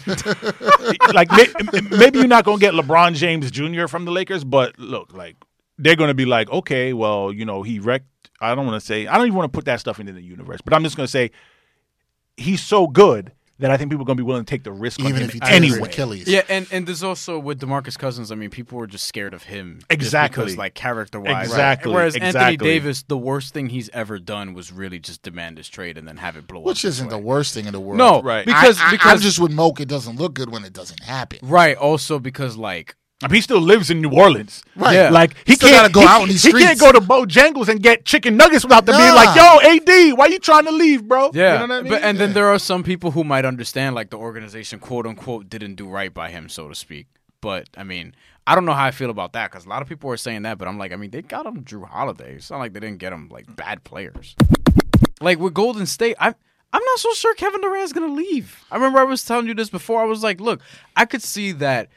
like may- maybe you're not going to get LeBron James Jr. from the Lakers, but look, like they're going to be like, okay, well, you know, he wrecked. I don't want to say. I don't even want to put that stuff into the universe, but I'm just going to say he's so good that I think people are going to be willing to take the risk on
Even
him
if he tears
anyway.
his Achilles,
Yeah, and and there's also with DeMarcus Cousins. I mean, people were just scared of him just
Exactly.
because, like character wise.
Exactly,
Whereas Anthony
exactly.
Davis, the worst thing he's ever done was really just demand his trade and then have it blow up.
which
this
isn't
way.
the worst thing in the world.
no
Right.
right because
I, I,
because
I'm just with Moke. It doesn't look good when it doesn't happen.
right also because like
I mean, he still lives in New Orleans.
Right.
Yeah.
Like he
Still
can't
gotta go
he,
out in these
he can't
streets.
go to Bojangles and get chicken nuggets without them being
Nah.
like, "Yo, AD, why you trying to leave, bro?"
yeah
You know what I mean?
but and then there are some people who might understand like the organization quote unquote didn't do right by him so to speak. But I mean I don't know how I feel about that because a lot of people are saying that, but I'm like I mean they got him Drew Holiday. It's not like they didn't get him like bad players. Like with Golden State, I'm I'm not so sure Kevin Durant's gonna leave. I remember I was telling you this before. I was like, look, I could see that.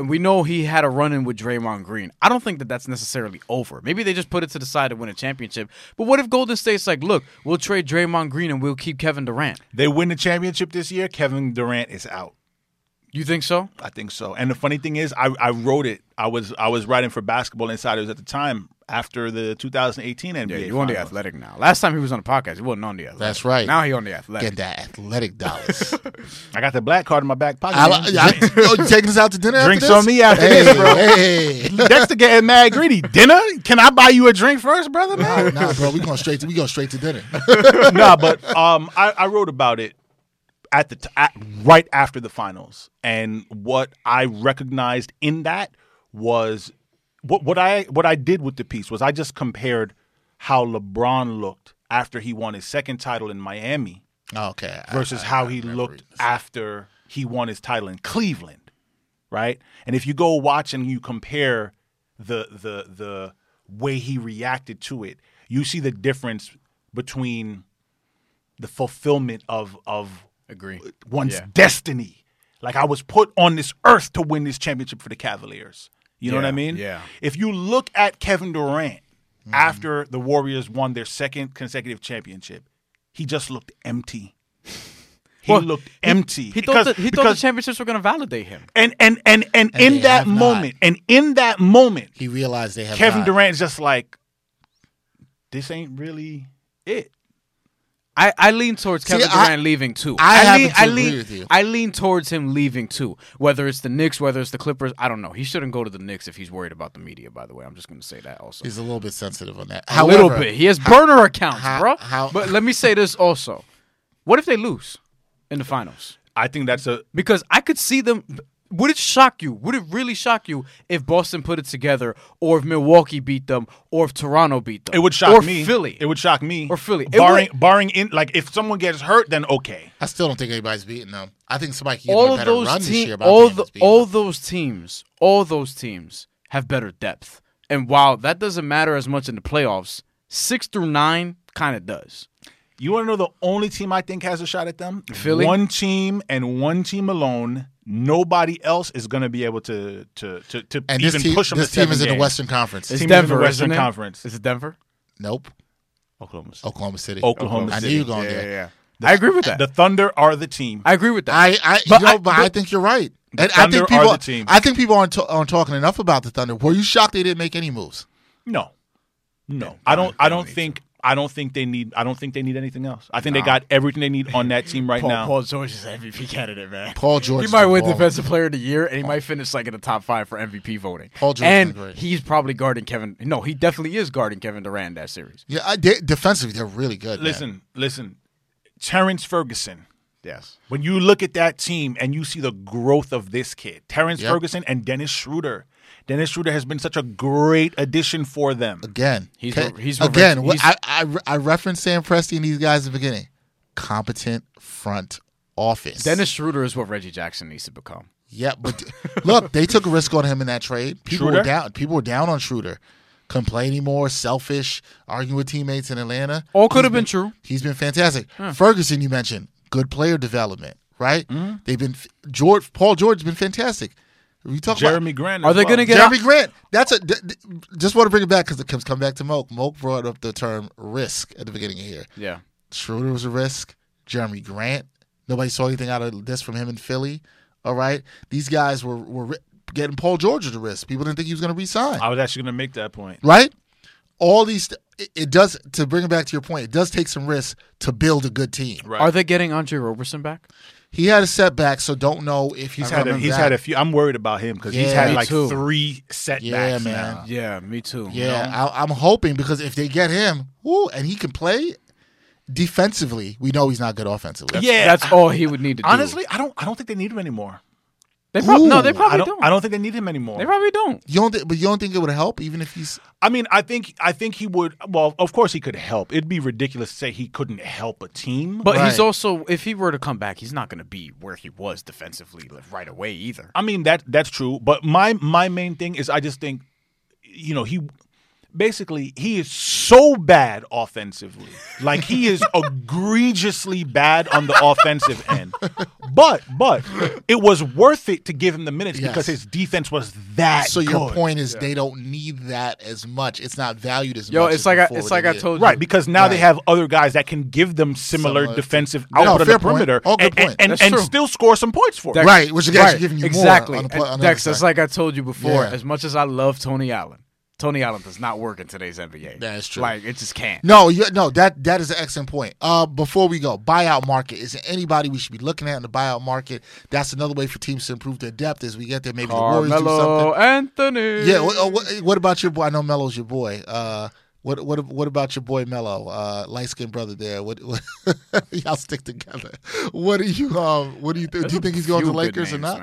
And we know he had a run in with Draymond Green. I don't think that that's necessarily over. Maybe they just put it to the side to win a championship. But what if Golden State's like, look, we'll trade Draymond Green and we'll keep Kevin Durant?
they win the championship this year. Kevin Durant is out.
You think so?
I think so. And the funny thing is, I, I wrote it. I was I was writing for Basketball Insiders at the time after the 2018 NBA.
Yeah, you on the
Finals.
athletic now. Last time he was on the podcast, he wasn't on the athletic.
That's right.
Now he on the athletic.
Get that athletic dollars.
I got the black card in my back pocket.
I,
man.
I, oh, you taking us out to dinner?
Drinks
after this?
on me after
hey,
this, bro.
Hey.
Dexter getting mad greedy. Dinner? Can I buy you a drink first, brother? Man,
Nah, nah, bro, we going straight to we going straight to dinner.
no, but um, I, I wrote about it at the t- at, right after the finals, and what I recognized in that was what what I what I did with the piece was I just compared how LeBron looked after he won his second title in Miami
Okay. I-
versus how he looked after he won his title in Cleveland, right? And if you go watch and you compare the the the way he reacted to it, you see the difference between the fulfillment of of
Agree.
one's destiny. Like I was put on this earth to win this championship for the Cavaliers. You know what I
Yeah,
mean?
yeah.
If you look at Kevin Durant, after the Warriors won their second consecutive championship. He just looked empty. He
Well,
looked empty.
He
because-
thought the, he thought
because-
the championships were going to validate him.
and and and and,
And they
in that
have not.
moment, and in that moment,
He realized they have
Kevin
not.
Durant's just like, this ain't really it.
I, I lean towards
See,
Kevin
I-
Durant leaving too.
I happen
lean,
to
I
agree
lean,
with you.
I lean towards him leaving too. Whether it's the Knicks, whether it's the Clippers, I don't know. He shouldn't go to the Knicks if he's worried about the media. By the way, I'm just going to say that also.
He's a little bit sensitive on that.
a
However,
little bit. He has burner accounts,
how-
bro.
how-
but let me say this also: What if they lose in the finals?
I think that's a
Because I could see them. Would it shock you? Would it really shock you if Boston put it together, or if Milwaukee beat them, or if Toronto beat them?
It would shock
or
me.
Philly.
It would shock me.
Or Philly. It
Barring
would-
barring in like if someone gets hurt, then okay.
I still don't think anybody's beating them. I think somebody can get
all
a
of
better run
those
this year.
teams,
But I
all
don't
the,
think anybody's beating
all
them.
those teams, all those teams have better depth. And while that doesn't matter as much in the playoffs, six through nine kind of does.
You want to know the only team I think has a shot at them?
Philly?
One team and one team alone. Nobody else is going to be able to to to, to
and
even
this team,
push them.
this
to
team
seven
is in the
games.
Western Conference.
It's- Team is in the Western
isn't it?
Conference.
Is it Denver?
nope,
Oklahoma. City.
Oklahoma City.
Oklahoma
I knew
City.
you were going there.
I agree with that.
The Thunder are the team.
I agree with that.
I, I,
But
you know,
I-
but I think you're right. And I
Thunder
think
are
people,
the team.
I think people aren't, ta- aren't talking enough about the Thunder. Were you shocked they didn't make any moves?
No, no. I don't. I don't think. I don't think they need. I don't think they need anything else. I think they got everything they need on that team right now.
George is MVP candidate, man.
Paul George.
He
is
might
the
win
baller.
Defensive Player of the Year, and he might finish like in the top five for MVP voting.
Paul George
and
is great.
he's probably guarding Kevin. No, he definitely is guarding Kevin Durant in that series.
Yeah, I, they, defensively they're really good. man.
Listen, listen. Terrence Ferguson.
Yes.
When you look at that team and you see the growth of this kid, Terrence
Yep.
Ferguson and Dennis Schroeder. Dennis Schroeder has been such a great addition for them.
again.
He's
okay?
re- he's
again.
reverse-
what-
he's-
I, I I referenced Sam Presti and these guys at the beginning. Competent front office.
Dennis Schroeder is what Reggie Jackson needs to become.
Yeah, but look, they took a risk on him in that trade. People were
Schroeder?
down. People were down on Schroeder. Complaining more, selfish, arguing with teammates in Atlanta.
All could have been true.
He's been fantastic. Ferguson, you mentioned good player development, right?
Mm-hmm.
They've been George Paul George has been fantastic. We talk
Jeremy Grant.
Are
as
they
well.
gonna get-
about Jeremy Grant. That's a d- d- just want to bring it back because it comes come back to Moak. Moak brought up the term risk at the beginning of here.
Yeah.
Schroeder was a risk. Jeremy Grant. Nobody saw anything out of this from him in Philly. All right, these guys were were ri- getting Paul George at the risk. People didn't think he was going to resign.
I was actually going to make that point.
right? All these. It, it does to bring it back to your point. It does take some risk to build a good team.
Right.
Are they getting Andre Roberson back?
He had a setback, so don't know if he's
He's had a,
coming
he's
back.
had a few. I'm worried about him because he's
Yeah,
had
me
like
too.
three setbacks.
Yeah, man.
now.
Yeah, me too.
yeah, I, I'm hoping because if they get him, woo, and he can play defensively, we know he's not good offensively.
yeah,
That's all he would need to do.
honestly, I don't. I don't think they need him anymore.
they prob- no, they
Ooh,
probably
I don't,
don't.
I don't think they need him anymore.
They probably don't.
You don't, thi- but you don't think it would help even if he's
I mean, I think I think he would. Well, of course he could help. It'd be ridiculous to say he couldn't help a team.
But
Right.
he's also, if he were to come back, he's not going to be where he was defensively like, right away either.
I mean that that's true. But my my main thing is I just think, you know, he basically he is so bad offensively. Like he is egregiously bad on the offensive end. But but it was worth it to give him the minutes
Yes.
because his defense was that.
So your
good.
point is they don't need that as much. It's not valued as
Yo,
much.
it's
as
like I,
before
it's
they
like I
did.
told you.
Right, because now they
Right.
have other guys that can give them similar,
Similar.
defensive
No,
output on
fair
the
point.
perimeter
All good
and, and-
point.
and,
That's
and
true.
still score some points for them.
Right, which is actually
Right,
giving you
exactly.
more. on the pla- on the
Dex,
other
that's
side.
like I told you before.
Yeah.
As much as I love Tony Allen, Tony Allen does not work in today's NBA.
That is true.
Like it just can't.
No, you, no, that that is an excellent point. Uh, before we go, buyout market is there anybody we should be looking at in the buyout market? That's another way for teams to improve their depth as we get there. Maybe the Warriors do something.
Carmelo Anthony.
Yeah. What, uh, what, what about your boy? I know Melo's your boy. Uh, what what what about your boy Melo? Uh, light skinned brother there. What, what y'all stick together? What do you um? What do you think? Do you think he's going to the Lakers or not?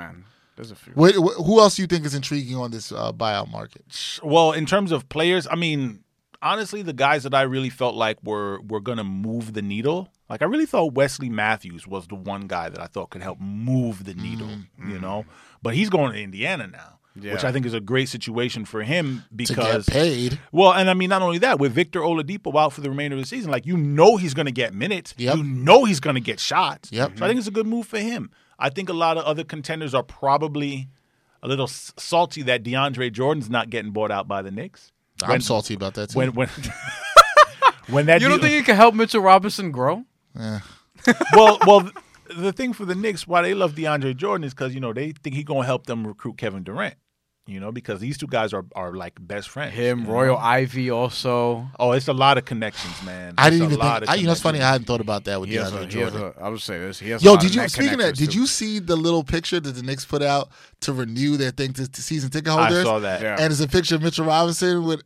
There's a few.
What, wh- who else do you think is intriguing on this uh, buyout market?
Well, in terms of players, I mean, honestly, the guys that I really felt like were were gonna move the needle. Like I really thought Wesley Matthews was the one guy that I thought could help move the needle. You know, but he's going to Indiana now, which
Yeah.
I think is a great situation for him
To get
because.
paid,
well, and I mean, not only that, with Victor Oladipo out for the remainder of the season, like you know he's going to get minutes,
Yep.
you know he's going to get shots.
Yep.
So I think it's a good move for him. I think a lot of other contenders are probably a little s- salty that DeAndre Jordan's not getting bought out by the Knicks.
I'm salty about that too.
when when when that
You don't
deal-
think it can help Mitchell Robinson grow?
well, well, th- the thing for the Knicks why they love DeAndre Jordan is because you know they think he gonna help them recruit Kevin Durant. You know because these two guys are are like best friends. you
Him,
know?
Royal Ivy, also.
Oh, it's a lot of connections, man.
I
It's
didn't
a
even
lot
think.
of
I, you know, it's funny. I
connections.
hadn't thought about that with
He has
DeAndre
a, he has
Jordan.
a, I would say this. He has a
Yo,
lot
did you
net
speaking of that?
connections,
Did
too.
you see the little picture that the Knicks put out to renew their thing to, to season ticket holders?
I saw that.
Yeah.
And it's a picture of Mitchell Robinson with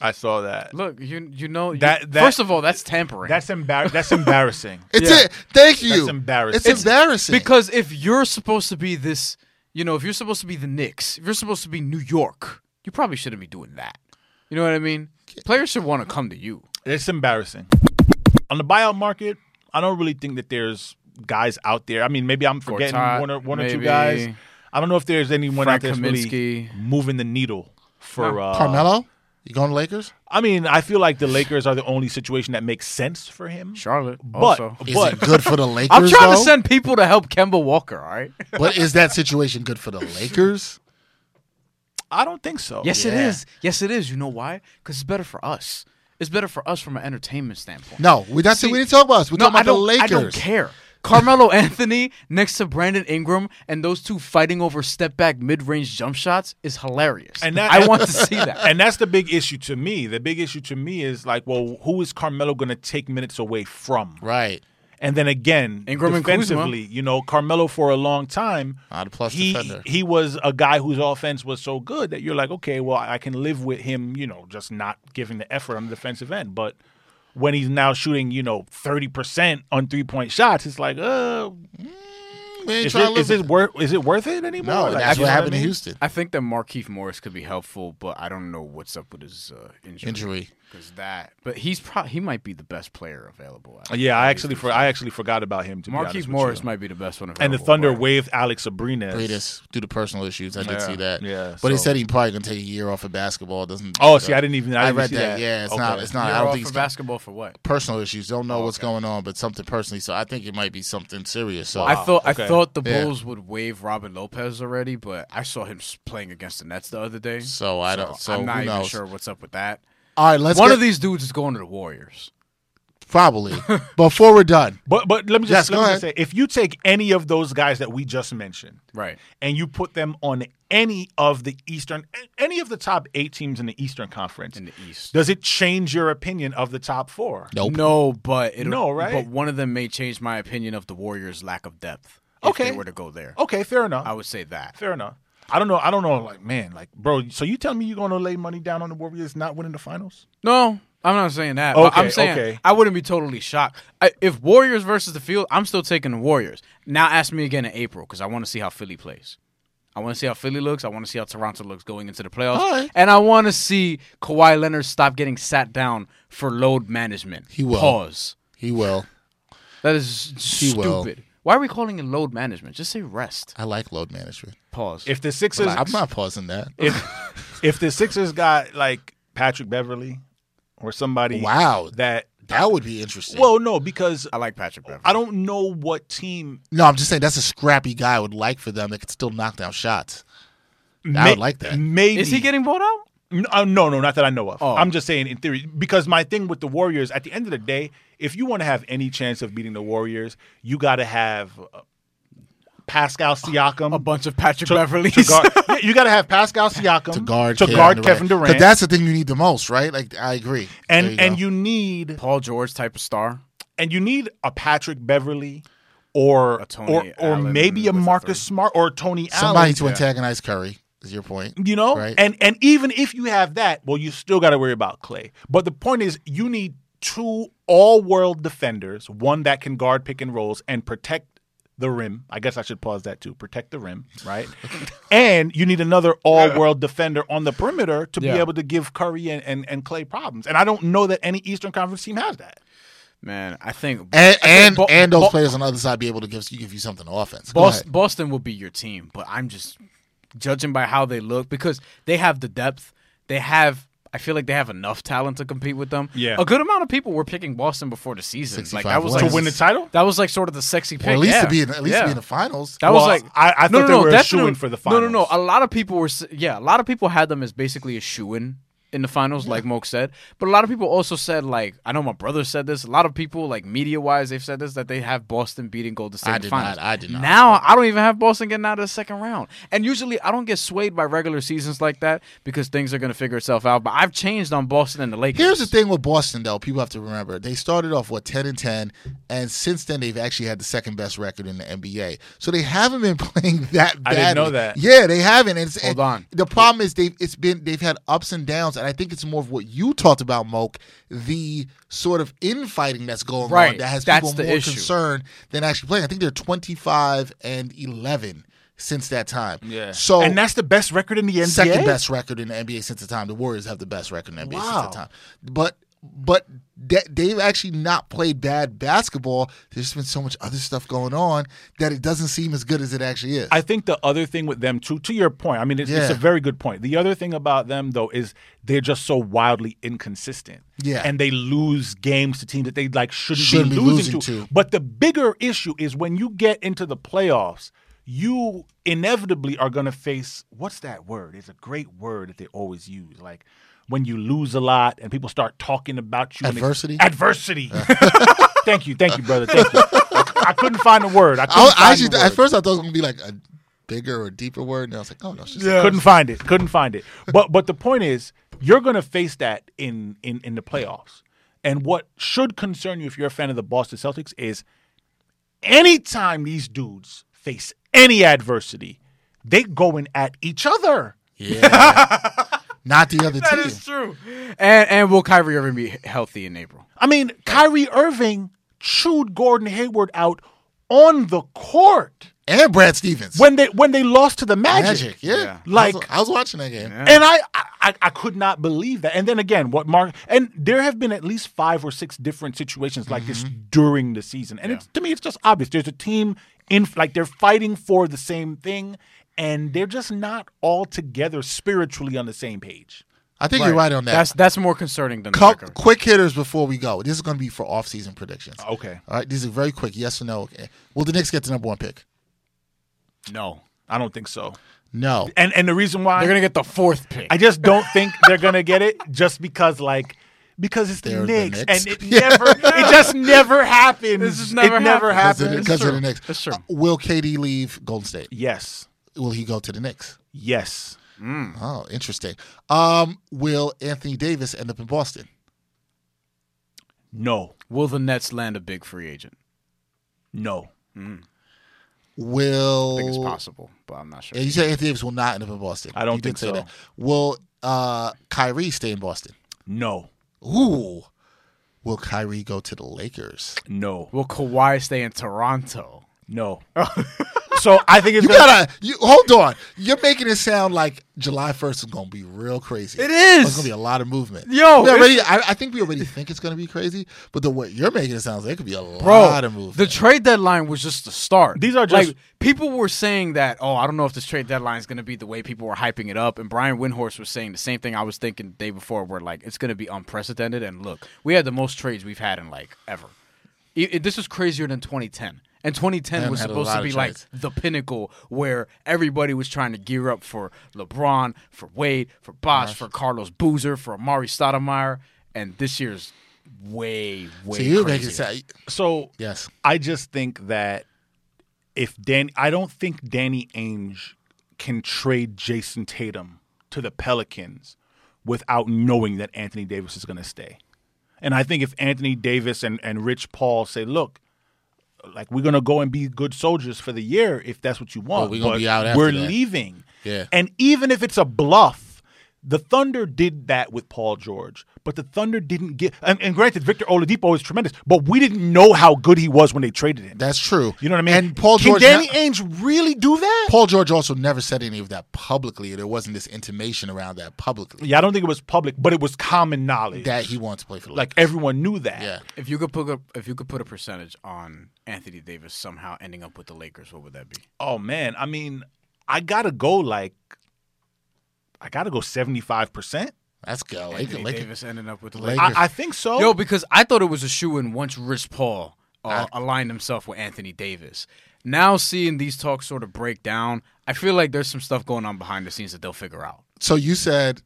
I saw that.
Look, you you know you-
That- that-
first of all, that's tampering.
That's embar- That's embarrassing.
it's
Yeah.
it. Thank you.
embarrassing.
It's,
It's-
embarrassing
because if you're supposed to be this, you know, if you're supposed to be the Knicks, if you're supposed to be New York, you probably shouldn't be doing that. You know what I mean? Players should want to come to you.
It's embarrassing. On the buyout market, I don't really think that there's guys out there. I mean, maybe I'm forgetting
Gortat,
one or one or two
maybe.
guys. I don't know if there's anyone
Frank
out there that's really
Kaminsky.
moving the needle for uh,
Carmelo. You going to Lakers?
I mean, I feel like the Lakers are the only situation that makes sense for him.
Charlotte
But
also.
Is
but
it good for the Lakers?
I'm trying to
though?
send people to help Kemba Walker. All right.
But is that situation good for the Lakers?
I don't think so.
Yes, it
Yeah.
is. Yes, it is. You know why? Because it's better for us. It's better for us from an entertainment standpoint.
No, we that's we didn't talk about us. We're
No,
talking
I
about the
don't.
Lakers.
I don't care. Carmelo Anthony next to Brandon Ingram and those two fighting over step back mid range jump shots is hilarious.
And that-
I want to see that.
And that's the big issue to me. The big issue to me is like, well, who is Carmelo going to take minutes away from?
Right.
And then again,
Ingram and Kuzma.
defensively, you know, Carmelo for a long time,
Ah, the plus
he
defender.
he was a guy whose offense was so good that you're like, okay, well, I can live with him, you know, just not giving the effort on the defensive end. But when he's now shooting, you know, thirty percent on three point shots, it's like, uh,
We ain't
is
trying
it,
to
is
live.
it
with
worth is it worth it
it.
anymore?
No,
Like,
that's
you know
what
I
happened in
mean?
Houston.
I think that Markeith Morris could be helpful, but I don't know what's up with his uh, injury.
Injury.
Because that, but he's pro- he might be the best player available. I think.
Yeah, I actually for I actually forgot about him. To be honest
Markeith
with
Morris
you.
might be the best one. Available,
and the Thunder
but-
waived Alex Sabrina.
Breedis due to personal issues. I did
Yeah.
see that.
Yeah,
But he
so-
said he probably gonna take a year off of basketball. Doesn't.
Oh, see, I didn't even. I,
I
didn't
read
see
that. Yeah, it's not.
Okay.
It's not.
You're
I don't
off
think
for
it's
basketball for what?
personal issues. Don't know what's going on, but something personally. So I think it might be something serious. So
I thought
okay.
I thought the
Yeah.
Bulls would waive Robin Lopez already, but I saw him s- playing against the Nets the other day.
So I don't- so
I'm not
who
even
knows?
sure what's up with that.
all right, let's
One
get,
of these dudes is going to the Warriors.
probably before we're done.
But but let me
Yes,
just, let
go
me just
ahead.
say, if you take any of those guys that we just mentioned,
Right.
and you put them on any of the Eastern, any of the top eight teams in the Eastern Conference,
In the East.
does it change your opinion of the top four?
Nope.
No, but it'll,
No, right?
But one of them may change my opinion of the Warriors' lack of depth.
Okay.
If they were to go there,
Okay, fair enough.
I would say that.
fair enough. I don't know. I don't know. Like, man, like, bro. So you tell me you're gonna lay money down on the Warriors not winning the finals?
No, I'm not saying that. but
Okay,
I'm saying
okay.
I wouldn't be totally shocked I, if Warriors versus the field. I'm still taking the Warriors. Now ask me again in April because I want to see how Philly plays. I want to see how Philly looks. I want to see how Toronto looks going into the playoffs,
All right.
and I want to see Kawhi Leonard stop getting sat down for load management.
He will.
pause.
He will.
That is
He
stupid.
will.
Why are we calling it load management? Just say rest.
I like load management.
Pause.
If the Sixers,
I'm not pausing that.
if if the Sixers got like Patrick Beverly or somebody,
Wow.
that
That would be interesting.
well, no, because
I like Patrick Beverly.
I don't know what team
no, I'm just saying that's a scrappy guy I would like for them that could still knock down shots. I would like that.
Maybe
Is he getting bought out?
N- uh, No, no, not that I know of.
Oh.
I'm just saying in theory because my thing with the Warriors at the end of the day, if you want to have any chance of beating the Warriors, you got to have uh, Pascal Siakam.
A bunch of Patrick
to-
Beverleys.
to guard- Yeah, you got to have Pascal Siakam
To guard
to
Kevin
guard
Durant.
Kevin Durant.
'Cause that's the thing you need the most, right? Like I agree.
and
There you
and
go.
you need
Paul George type of star.
and you need a Patrick Beverly or
A Tony
or, or
Allen
maybe a
with a
Marcus
three.
Smart or a Tony
somebody
Allen.
to antagonize Curry is your point.
You know,
Right.
and and even if you have that, well, you still got to worry about Clay. But the point is, you need two all-world defenders, one that can guard pick and rolls and protect the rim. I guess I should pause that too. Protect the rim, right? and you need another all-world defender on the perimeter to be
Yeah.
able to give Curry and, and and Clay problems. And I don't know that any Eastern Conference team has that.
Man, I think
And
I think
and,
Bo-
and those
Bo-
players on the other side be able to give give you something on offense. Go
Boston,
ahead.
Boston will be your team, but I'm just judging by how they look because they have the depth. They have. I feel like they have enough talent to compete with them.
Yeah.
a good amount of people were picking Boston before the season. Like
65
that was
wins.
like
To win
the title?
That was like sort of the sexy pick.
Or at least
yeah.
to be in, at least to
Yeah.
be in the finals.
That was
Well,
like
I- I thought
no, no,
they
no,
were a
definitely-
shoo-in for the
No, no, no.
finals.
A lot of people were s- yeah, a lot of people had them as basically a shoe in in the finals, like Moke said. But a lot of people also said, like, I know my brother said this. A lot of people, like media wise, they've said this that they have Boston beating Golden State
I
in
did
the finals.
not- I did not.
Now I don't even have Boston getting out of the second round. And usually I don't get swayed by regular seasons like that because things are going to figure itself out. But I've changed on Boston and the Lakers.
Here's the thing with Boston, though. People have to remember they started off what ten and ten, and since then they've actually had the second best record in the NBA. So they haven't been playing that
I
badly.
didn't know that.
Yeah, they haven't. And it's,
Hold
and
on.
The problem is they've it's been they've had ups and downs, and I think it's more of what you talked about, Moke, the sort of infighting that's going on
Right.
that has
That's
people
the
more
issue.
concerned than actually playing. I think they're twenty five and eleven since that time.
Yeah.
So
and that's the best record in the NBA.
second best record in the NBA since the time. The Warriors have the best record in the NBA
Wow.
since the time. But but that- they've actually not played bad basketball. There's been so much other stuff going on that it doesn't seem as good as it actually is.
I think the other thing with them too, to your point, I mean, it's, it's
Yeah.
a very good point. The other thing about them though is they're just so wildly inconsistent.
Yeah.
and they lose games to teams that they like shouldn't,
Shouldn't
be,
be
losing,
losing
to.
to.
But the bigger issue is when you get into the playoffs, you inevitably are going to face what's that word? It's a great word that they always use, like. When you lose a lot and people start talking about you, and they-
Adversity?
adversity. thank you, thank you, brother. Thank you. I, I couldn't find the word. I, couldn't
I, I
find
actually,
the word.
at first I thought it was gonna be like a bigger or deeper word, and I was like, oh no, it's just
Couldn't find it. Couldn't find it. But but the point is, you're going to face that in in in the playoffs. And what should concern you if you're a fan of the Boston Celtics is anytime these dudes face any adversity, they going at each other.
not the other team.
true. And and will Kyrie ever be healthy in April?
I mean, Kyrie Irving chewed Gordon Hayward out on the court
and Brad Stevens,
when they when they lost to the
Magic, yeah.
Yeah.
Like I was,
Like-
I was watching that game.
And I, I- I I could not believe that. And then again, what Mark and there have been at least five or six different situations like this
Mm-hmm.
during the season. And it's to me it's just obvious. There's a team in like they're fighting for the same thing and they're just not all together spiritually on the same page.
I think you're right on that.
That's that's more concerning than the
Cou-
record.
quick hitters before we go. This is going to be for off-season predictions.
Okay.
All right, these are very quick. Yes or no. Okay. Will the Knicks get the number one pick?
No,
I don't think so.
No.
And and the reason why
they're gonna get the fourth pick.
I just don't think they're gonna get it just because like because it's the
They're the
Knicks,
Knicks.
and it never it just never happens.
This just never
it never
happens.
happens.
Because of, the-
It's
'cause of the Knicks.
true. It's true.
Uh, Will KD leave Golden State?
Yes.
Will he go to the Knicks?
Yes.
Oh, interesting. Um, will Anthony Davis end up in Boston?
No.
Will the Nets land a big free agent?
No.
Will
I think it's possible, but I'm not sure.
Yeah, you said Anthony Davis will not end up in Boston.
I don't
You did
think
say
so.
That. Will uh, Kyrie stay in Boston?
No.
Ooh. Will Kyrie go to the Lakers?
No.
Oh.
Will Kawhi stay in Toronto?
No. so I think it's
You
gonna,
gotta you, hold on. You're making it sound like July 1st is gonna be real crazy.
It is.
There's gonna be a lot of movement.
Yo,
we already. I, I think we already think it's gonna be crazy, but the way you're making it sound, like it could be a lot of movement.
the trade deadline was just the start.
These are just-
like people were saying that. Oh, I don't know if this trade deadline is going to be the way people were hyping it up. And Brian Windhorst was saying the same thing I was thinking the day before. Where like it's going to be unprecedented. And look, we had the most trades we've had in like ever. I I- this was crazier than 2010. And 2010
Man,
was
had a
supposed
lot
to
of
be like
trades.
the pinnacle where everybody was trying to gear up for LeBron, for Wade, for Bosch, for Carlos Boozer, for Amari Stoudemire. And this year's way, way.
so you're making
crazier.
it sound.
so
Yes.
I just think that if Dan I don't think Danny Ainge can trade Jason Tatum to the Pelicans without knowing that Anthony Davis is gonna stay. And I think if Anthony Davis and, and Rich Paul say, look, like we're gonna go and be good soldiers for the year if that's what you want.
we're gonna
but
be out after
we're
that.
leaving.
Yeah.
And even if it's a bluff, the Thunder did that with Paul George, but the Thunder didn't get. And, and granted, Victor Oladipo is tremendous, but we didn't know how good he was when they traded him.
That's true.
you know what I mean?
And Paul
Can
George.
Danny
not-
Ainge really do that?
Paul George also never said any of that publicly. There wasn't this intimation around that publicly
yeah, I don't think it was public, but it was common knowledge.
that he wants to play for the
like
Lakers.
everyone knew that.
Yeah.
If you could put a, if you could put a percentage on Anthony Davis somehow ending up with the Lakers, what would that be?
Oh man, I mean, I gotta go like, I gotta go seventy five percent.
Let's go. Laker,
Anthony
Laker.
Davis ending up with the
Lakers.
Lakers.
I, I think so.
Yo, because I thought it was a shoe in once Rich Paul uh, aligned himself with Anthony Davis. Now seeing these talks sort of break down, I feel like there's some stuff going on behind the scenes that they'll figure out.
So you said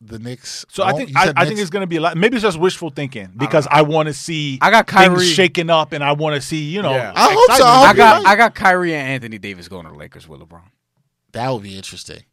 the Knicks.
So I
won't?
think
You
I,
said
I think
Knicks-
it's going to be a lot. Maybe it's just wishful thinking because I, want to see
I got Kyrie.
things shaking up and I want to see you know.
Yeah.
I hope
excitement.
so. I
I
hope you're
got
right.
I got Kyrie and Anthony Davis going to the Lakers with LeBron.
that would be interesting.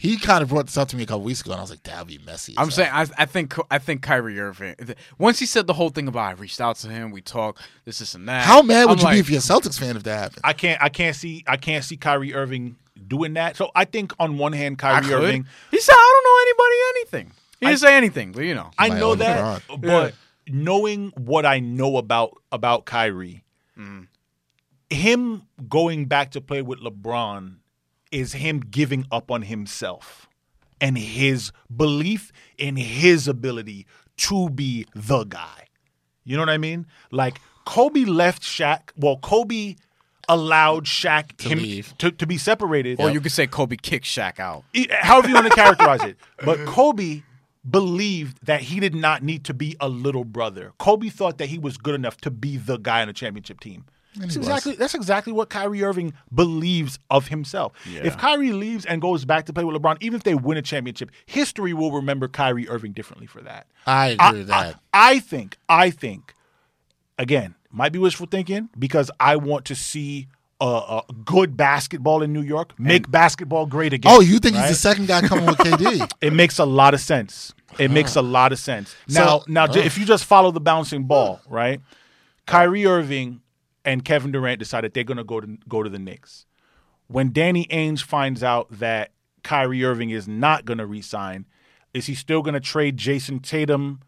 He kind of brought this up to me a couple weeks ago, and I was like, "That would be messy." as
I'm
hell.
saying I, I think I think Kyrie Irving. Once he said the whole thing about I reached out to him, we talked this this and that.
how mad would
I'm
you
like,
be if you're a Celtics fan if that happened?
I can't. I can't see. I can't see Kyrie Irving doing that. So I think on one hand,
I
Kyrie
could.
Irving.
He said I don't know anybody anything. He didn't say anything, but you know.
I
Like,
know
oh,
that,
God.
but knowing what I know about about Kyrie, him going back to play with LeBron is him giving up on himself and his belief in his ability to be the guy. You know what I mean? Like Kobe left Shaq. Well, Kobe allowed Shaq to him
leave.
To, to be separated.
Or you could say Kobe kicked Shaq out.
It- E, however you want to characterize it. But Kobe believed that he did not need to be a little brother. Kobe thought that he was good enough to be the guy on a championship team. That's
he was.
exactly that's exactly what Kyrie Irving believes of himself. If Kyrie leaves and goes back to play with LeBron, even if they win a championship, history will remember Kyrie Irving differently for that.
I agree with that.
I, I think, I think, again, might be wishful thinking because I want to see uh, uh, good basketball in New York, make basketball great again.
oh, you think he's
right?
the second guy coming with KD?
It makes a lot of sense. It makes a lot of sense. Now,
So-
now, ju- if you just follow the bouncing ball, right? Kyrie Irving and Kevin Durant decided they're going to go to go to the Knicks. When Danny Ainge finds out that Kyrie Irving is not going to resign, is he still going to trade Jason Tatum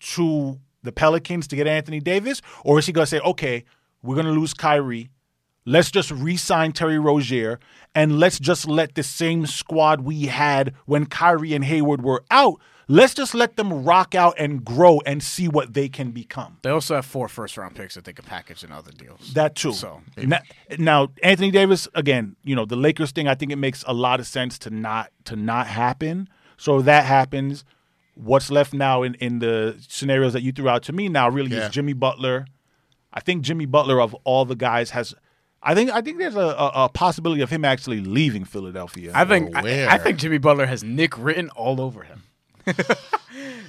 to the Pelicans to get Anthony Davis, or is he going to say, okay, we're going to lose Kyrie? Let's just re-sign Terry Rozier and let's just let the same squad we had when Kyrie and Hayward were out. Let's just let them rock out and grow and see what they can become.
They also have four first round picks that they could package in other deals.
That too.
So-
now, now, Anthony Davis again. You know the Lakers thing. I think it makes a lot of sense to not to not happen. So that happens. What's left now in in the scenarios that you threw out to me now really
Yeah.
is Jimmy Butler. I think Jimmy Butler of all the guys has. I think I think there's a, a, a possibility of him actually leaving Philadelphia.
I think I,
where?
I think Jimmy Butler has Nick written all over him.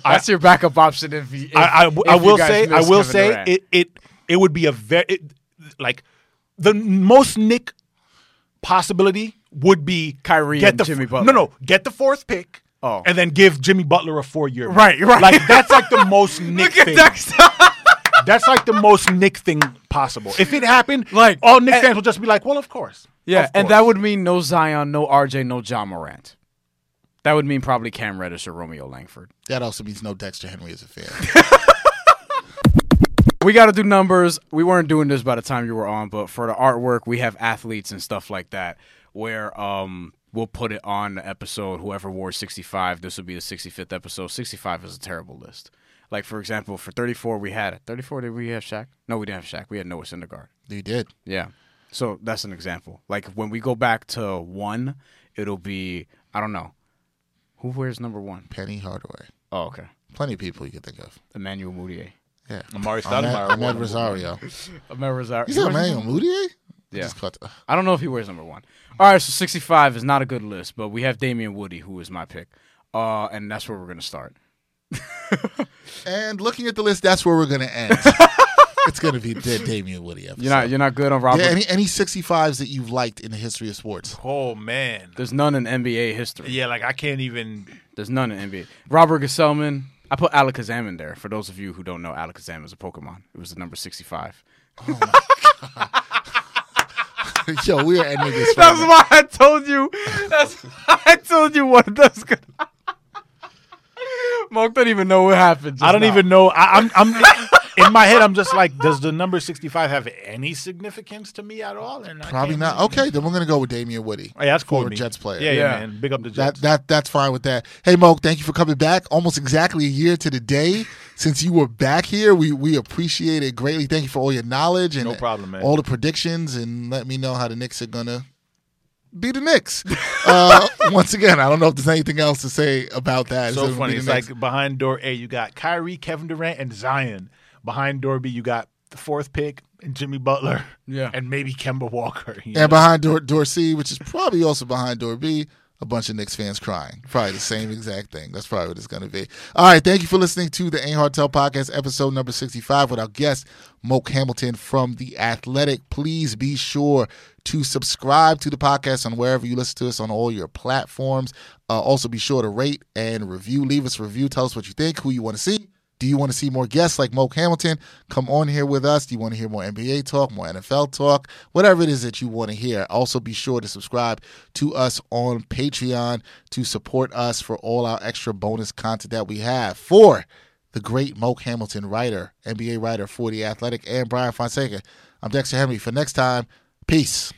That's your backup option if you. If,
I, I,
if
I
you
will
guys
say
miss
I will
Kevin
say
Durant.
it, it it would be a very it, like the most Nick possibility would be
Kyrie
get
and
the
Jimmy
f-
Butler.
No, no, get the fourth pick.
Oh.
and then give Jimmy Butler a four-year.
Right,
ban.
right.
Like that's like the most Nick
Look at
thing.
that.
That's like the most Nick thing possible. If it happened,
Like,
all Nick
and-
fans will just be like, "Well, of course."
Yeah,
Of
and
course.
that would mean no Zion, no RJ, no John Morant. That would mean probably Cam Reddish or Romeo Langford.
that also means no Dexter Henry as a fan.
We got to do numbers. We weren't doing this by the time you were on, but for the artwork, we have athletes and stuff like that where um we'll put it on the episode. Whoever wore 65, this would be the 65th episode. 65 is a terrible list. Like, for example, for 34, we had 34, did we have Shaq? No, we didn't have Shaq. We had Noah Syndergaard.
he did.
Yeah. So that's an example. Like when we go back to one, it'll be I don't know. Who wears number one?
Penny Hardaway.
Oh, okay.
Plenty of people you could think of.
Emmanuel Moutier.
Yeah.
Amari Stoudemire
Ahmed,
wore
Ahmed
number
Rosario.
Emmanuel Rosario.
You said Emmanuel Moutier? I
Yeah.
just caught the-
I don't know if he wears number one. All right, so 65 is not a good list, but we have Damian Woody, who is my pick. Uh, and that's where we're going to start.
And looking at the list, that's where we're going to end. it's going to be dead Damian Woody episode.
You're not, you're not good on Robert.
yeah, any, any 65s that you've liked in the history of sports?
Oh man,
There's none in NBA history.
yeah. Like I can't even.
There's none in NBA. Robert Gesellman. I put Alakazam in there. For those of you who don't know, Alakazam is a Pokemon. It was the number 65.
Yo, we are ending this.
That's
forever.
why I told you. That's why I told you what that's gonna. Mark don't even know what happened. just
I don't
now.
even know. I, I'm, I'm in my head. I'm just like, does the number 65 have any significance to me at all? And I
Probably
can't
not.
really-
Okay, then we're going to go with Damian Woody.
Hey, Oh, that's cool. with
Former
me.
Jets player.
Yeah, yeah,
Yeah.
man. Big up the
That
Jets.
that that's fine with that. Hey Moke, thank you for coming back. Almost exactly a year to the day since you were back here. We we appreciate it greatly. Thank you for all your knowledge and
No problem, man.
all the predictions and let me know how the Knicks are gonna be the Knicks. uh, once again, I don't know if there's anything else to say about that.
so
gonna be
funny.
the
It's
Knicks.
like behind door A, you got Kyrie, Kevin Durant, and Zion. Behind door B, you got the fourth pick and Jimmy Butler.
Yeah.
And maybe Kemba Walker. you
and
know?
behind door door C, which is probably also behind door B. a bunch of Knicks fans crying. Probably the same exact thing. That's probably what it's going to be. All right. Thank you for listening to the Ain't Hard Tell podcast, episode number 65, with our guest, Moke Hamilton from The Athletic. Please be sure to subscribe to the podcast on wherever you listen to us on all your platforms. Uh, also, be sure to rate and review. Leave us a review. Tell us what you think, who you want to see. Do you want to see more guests like Moke Hamilton? Come on here with us. Do you want to hear more NBA talk, more NFL talk, whatever it is that you want to hear? Also, be sure to subscribe to us on Patreon to support us for all our extra bonus content that we have. For the great Moke Hamilton, writer, NBA writer for The Athletic, and Brian Fonseca, I'm Dexter Henry. For next time, peace.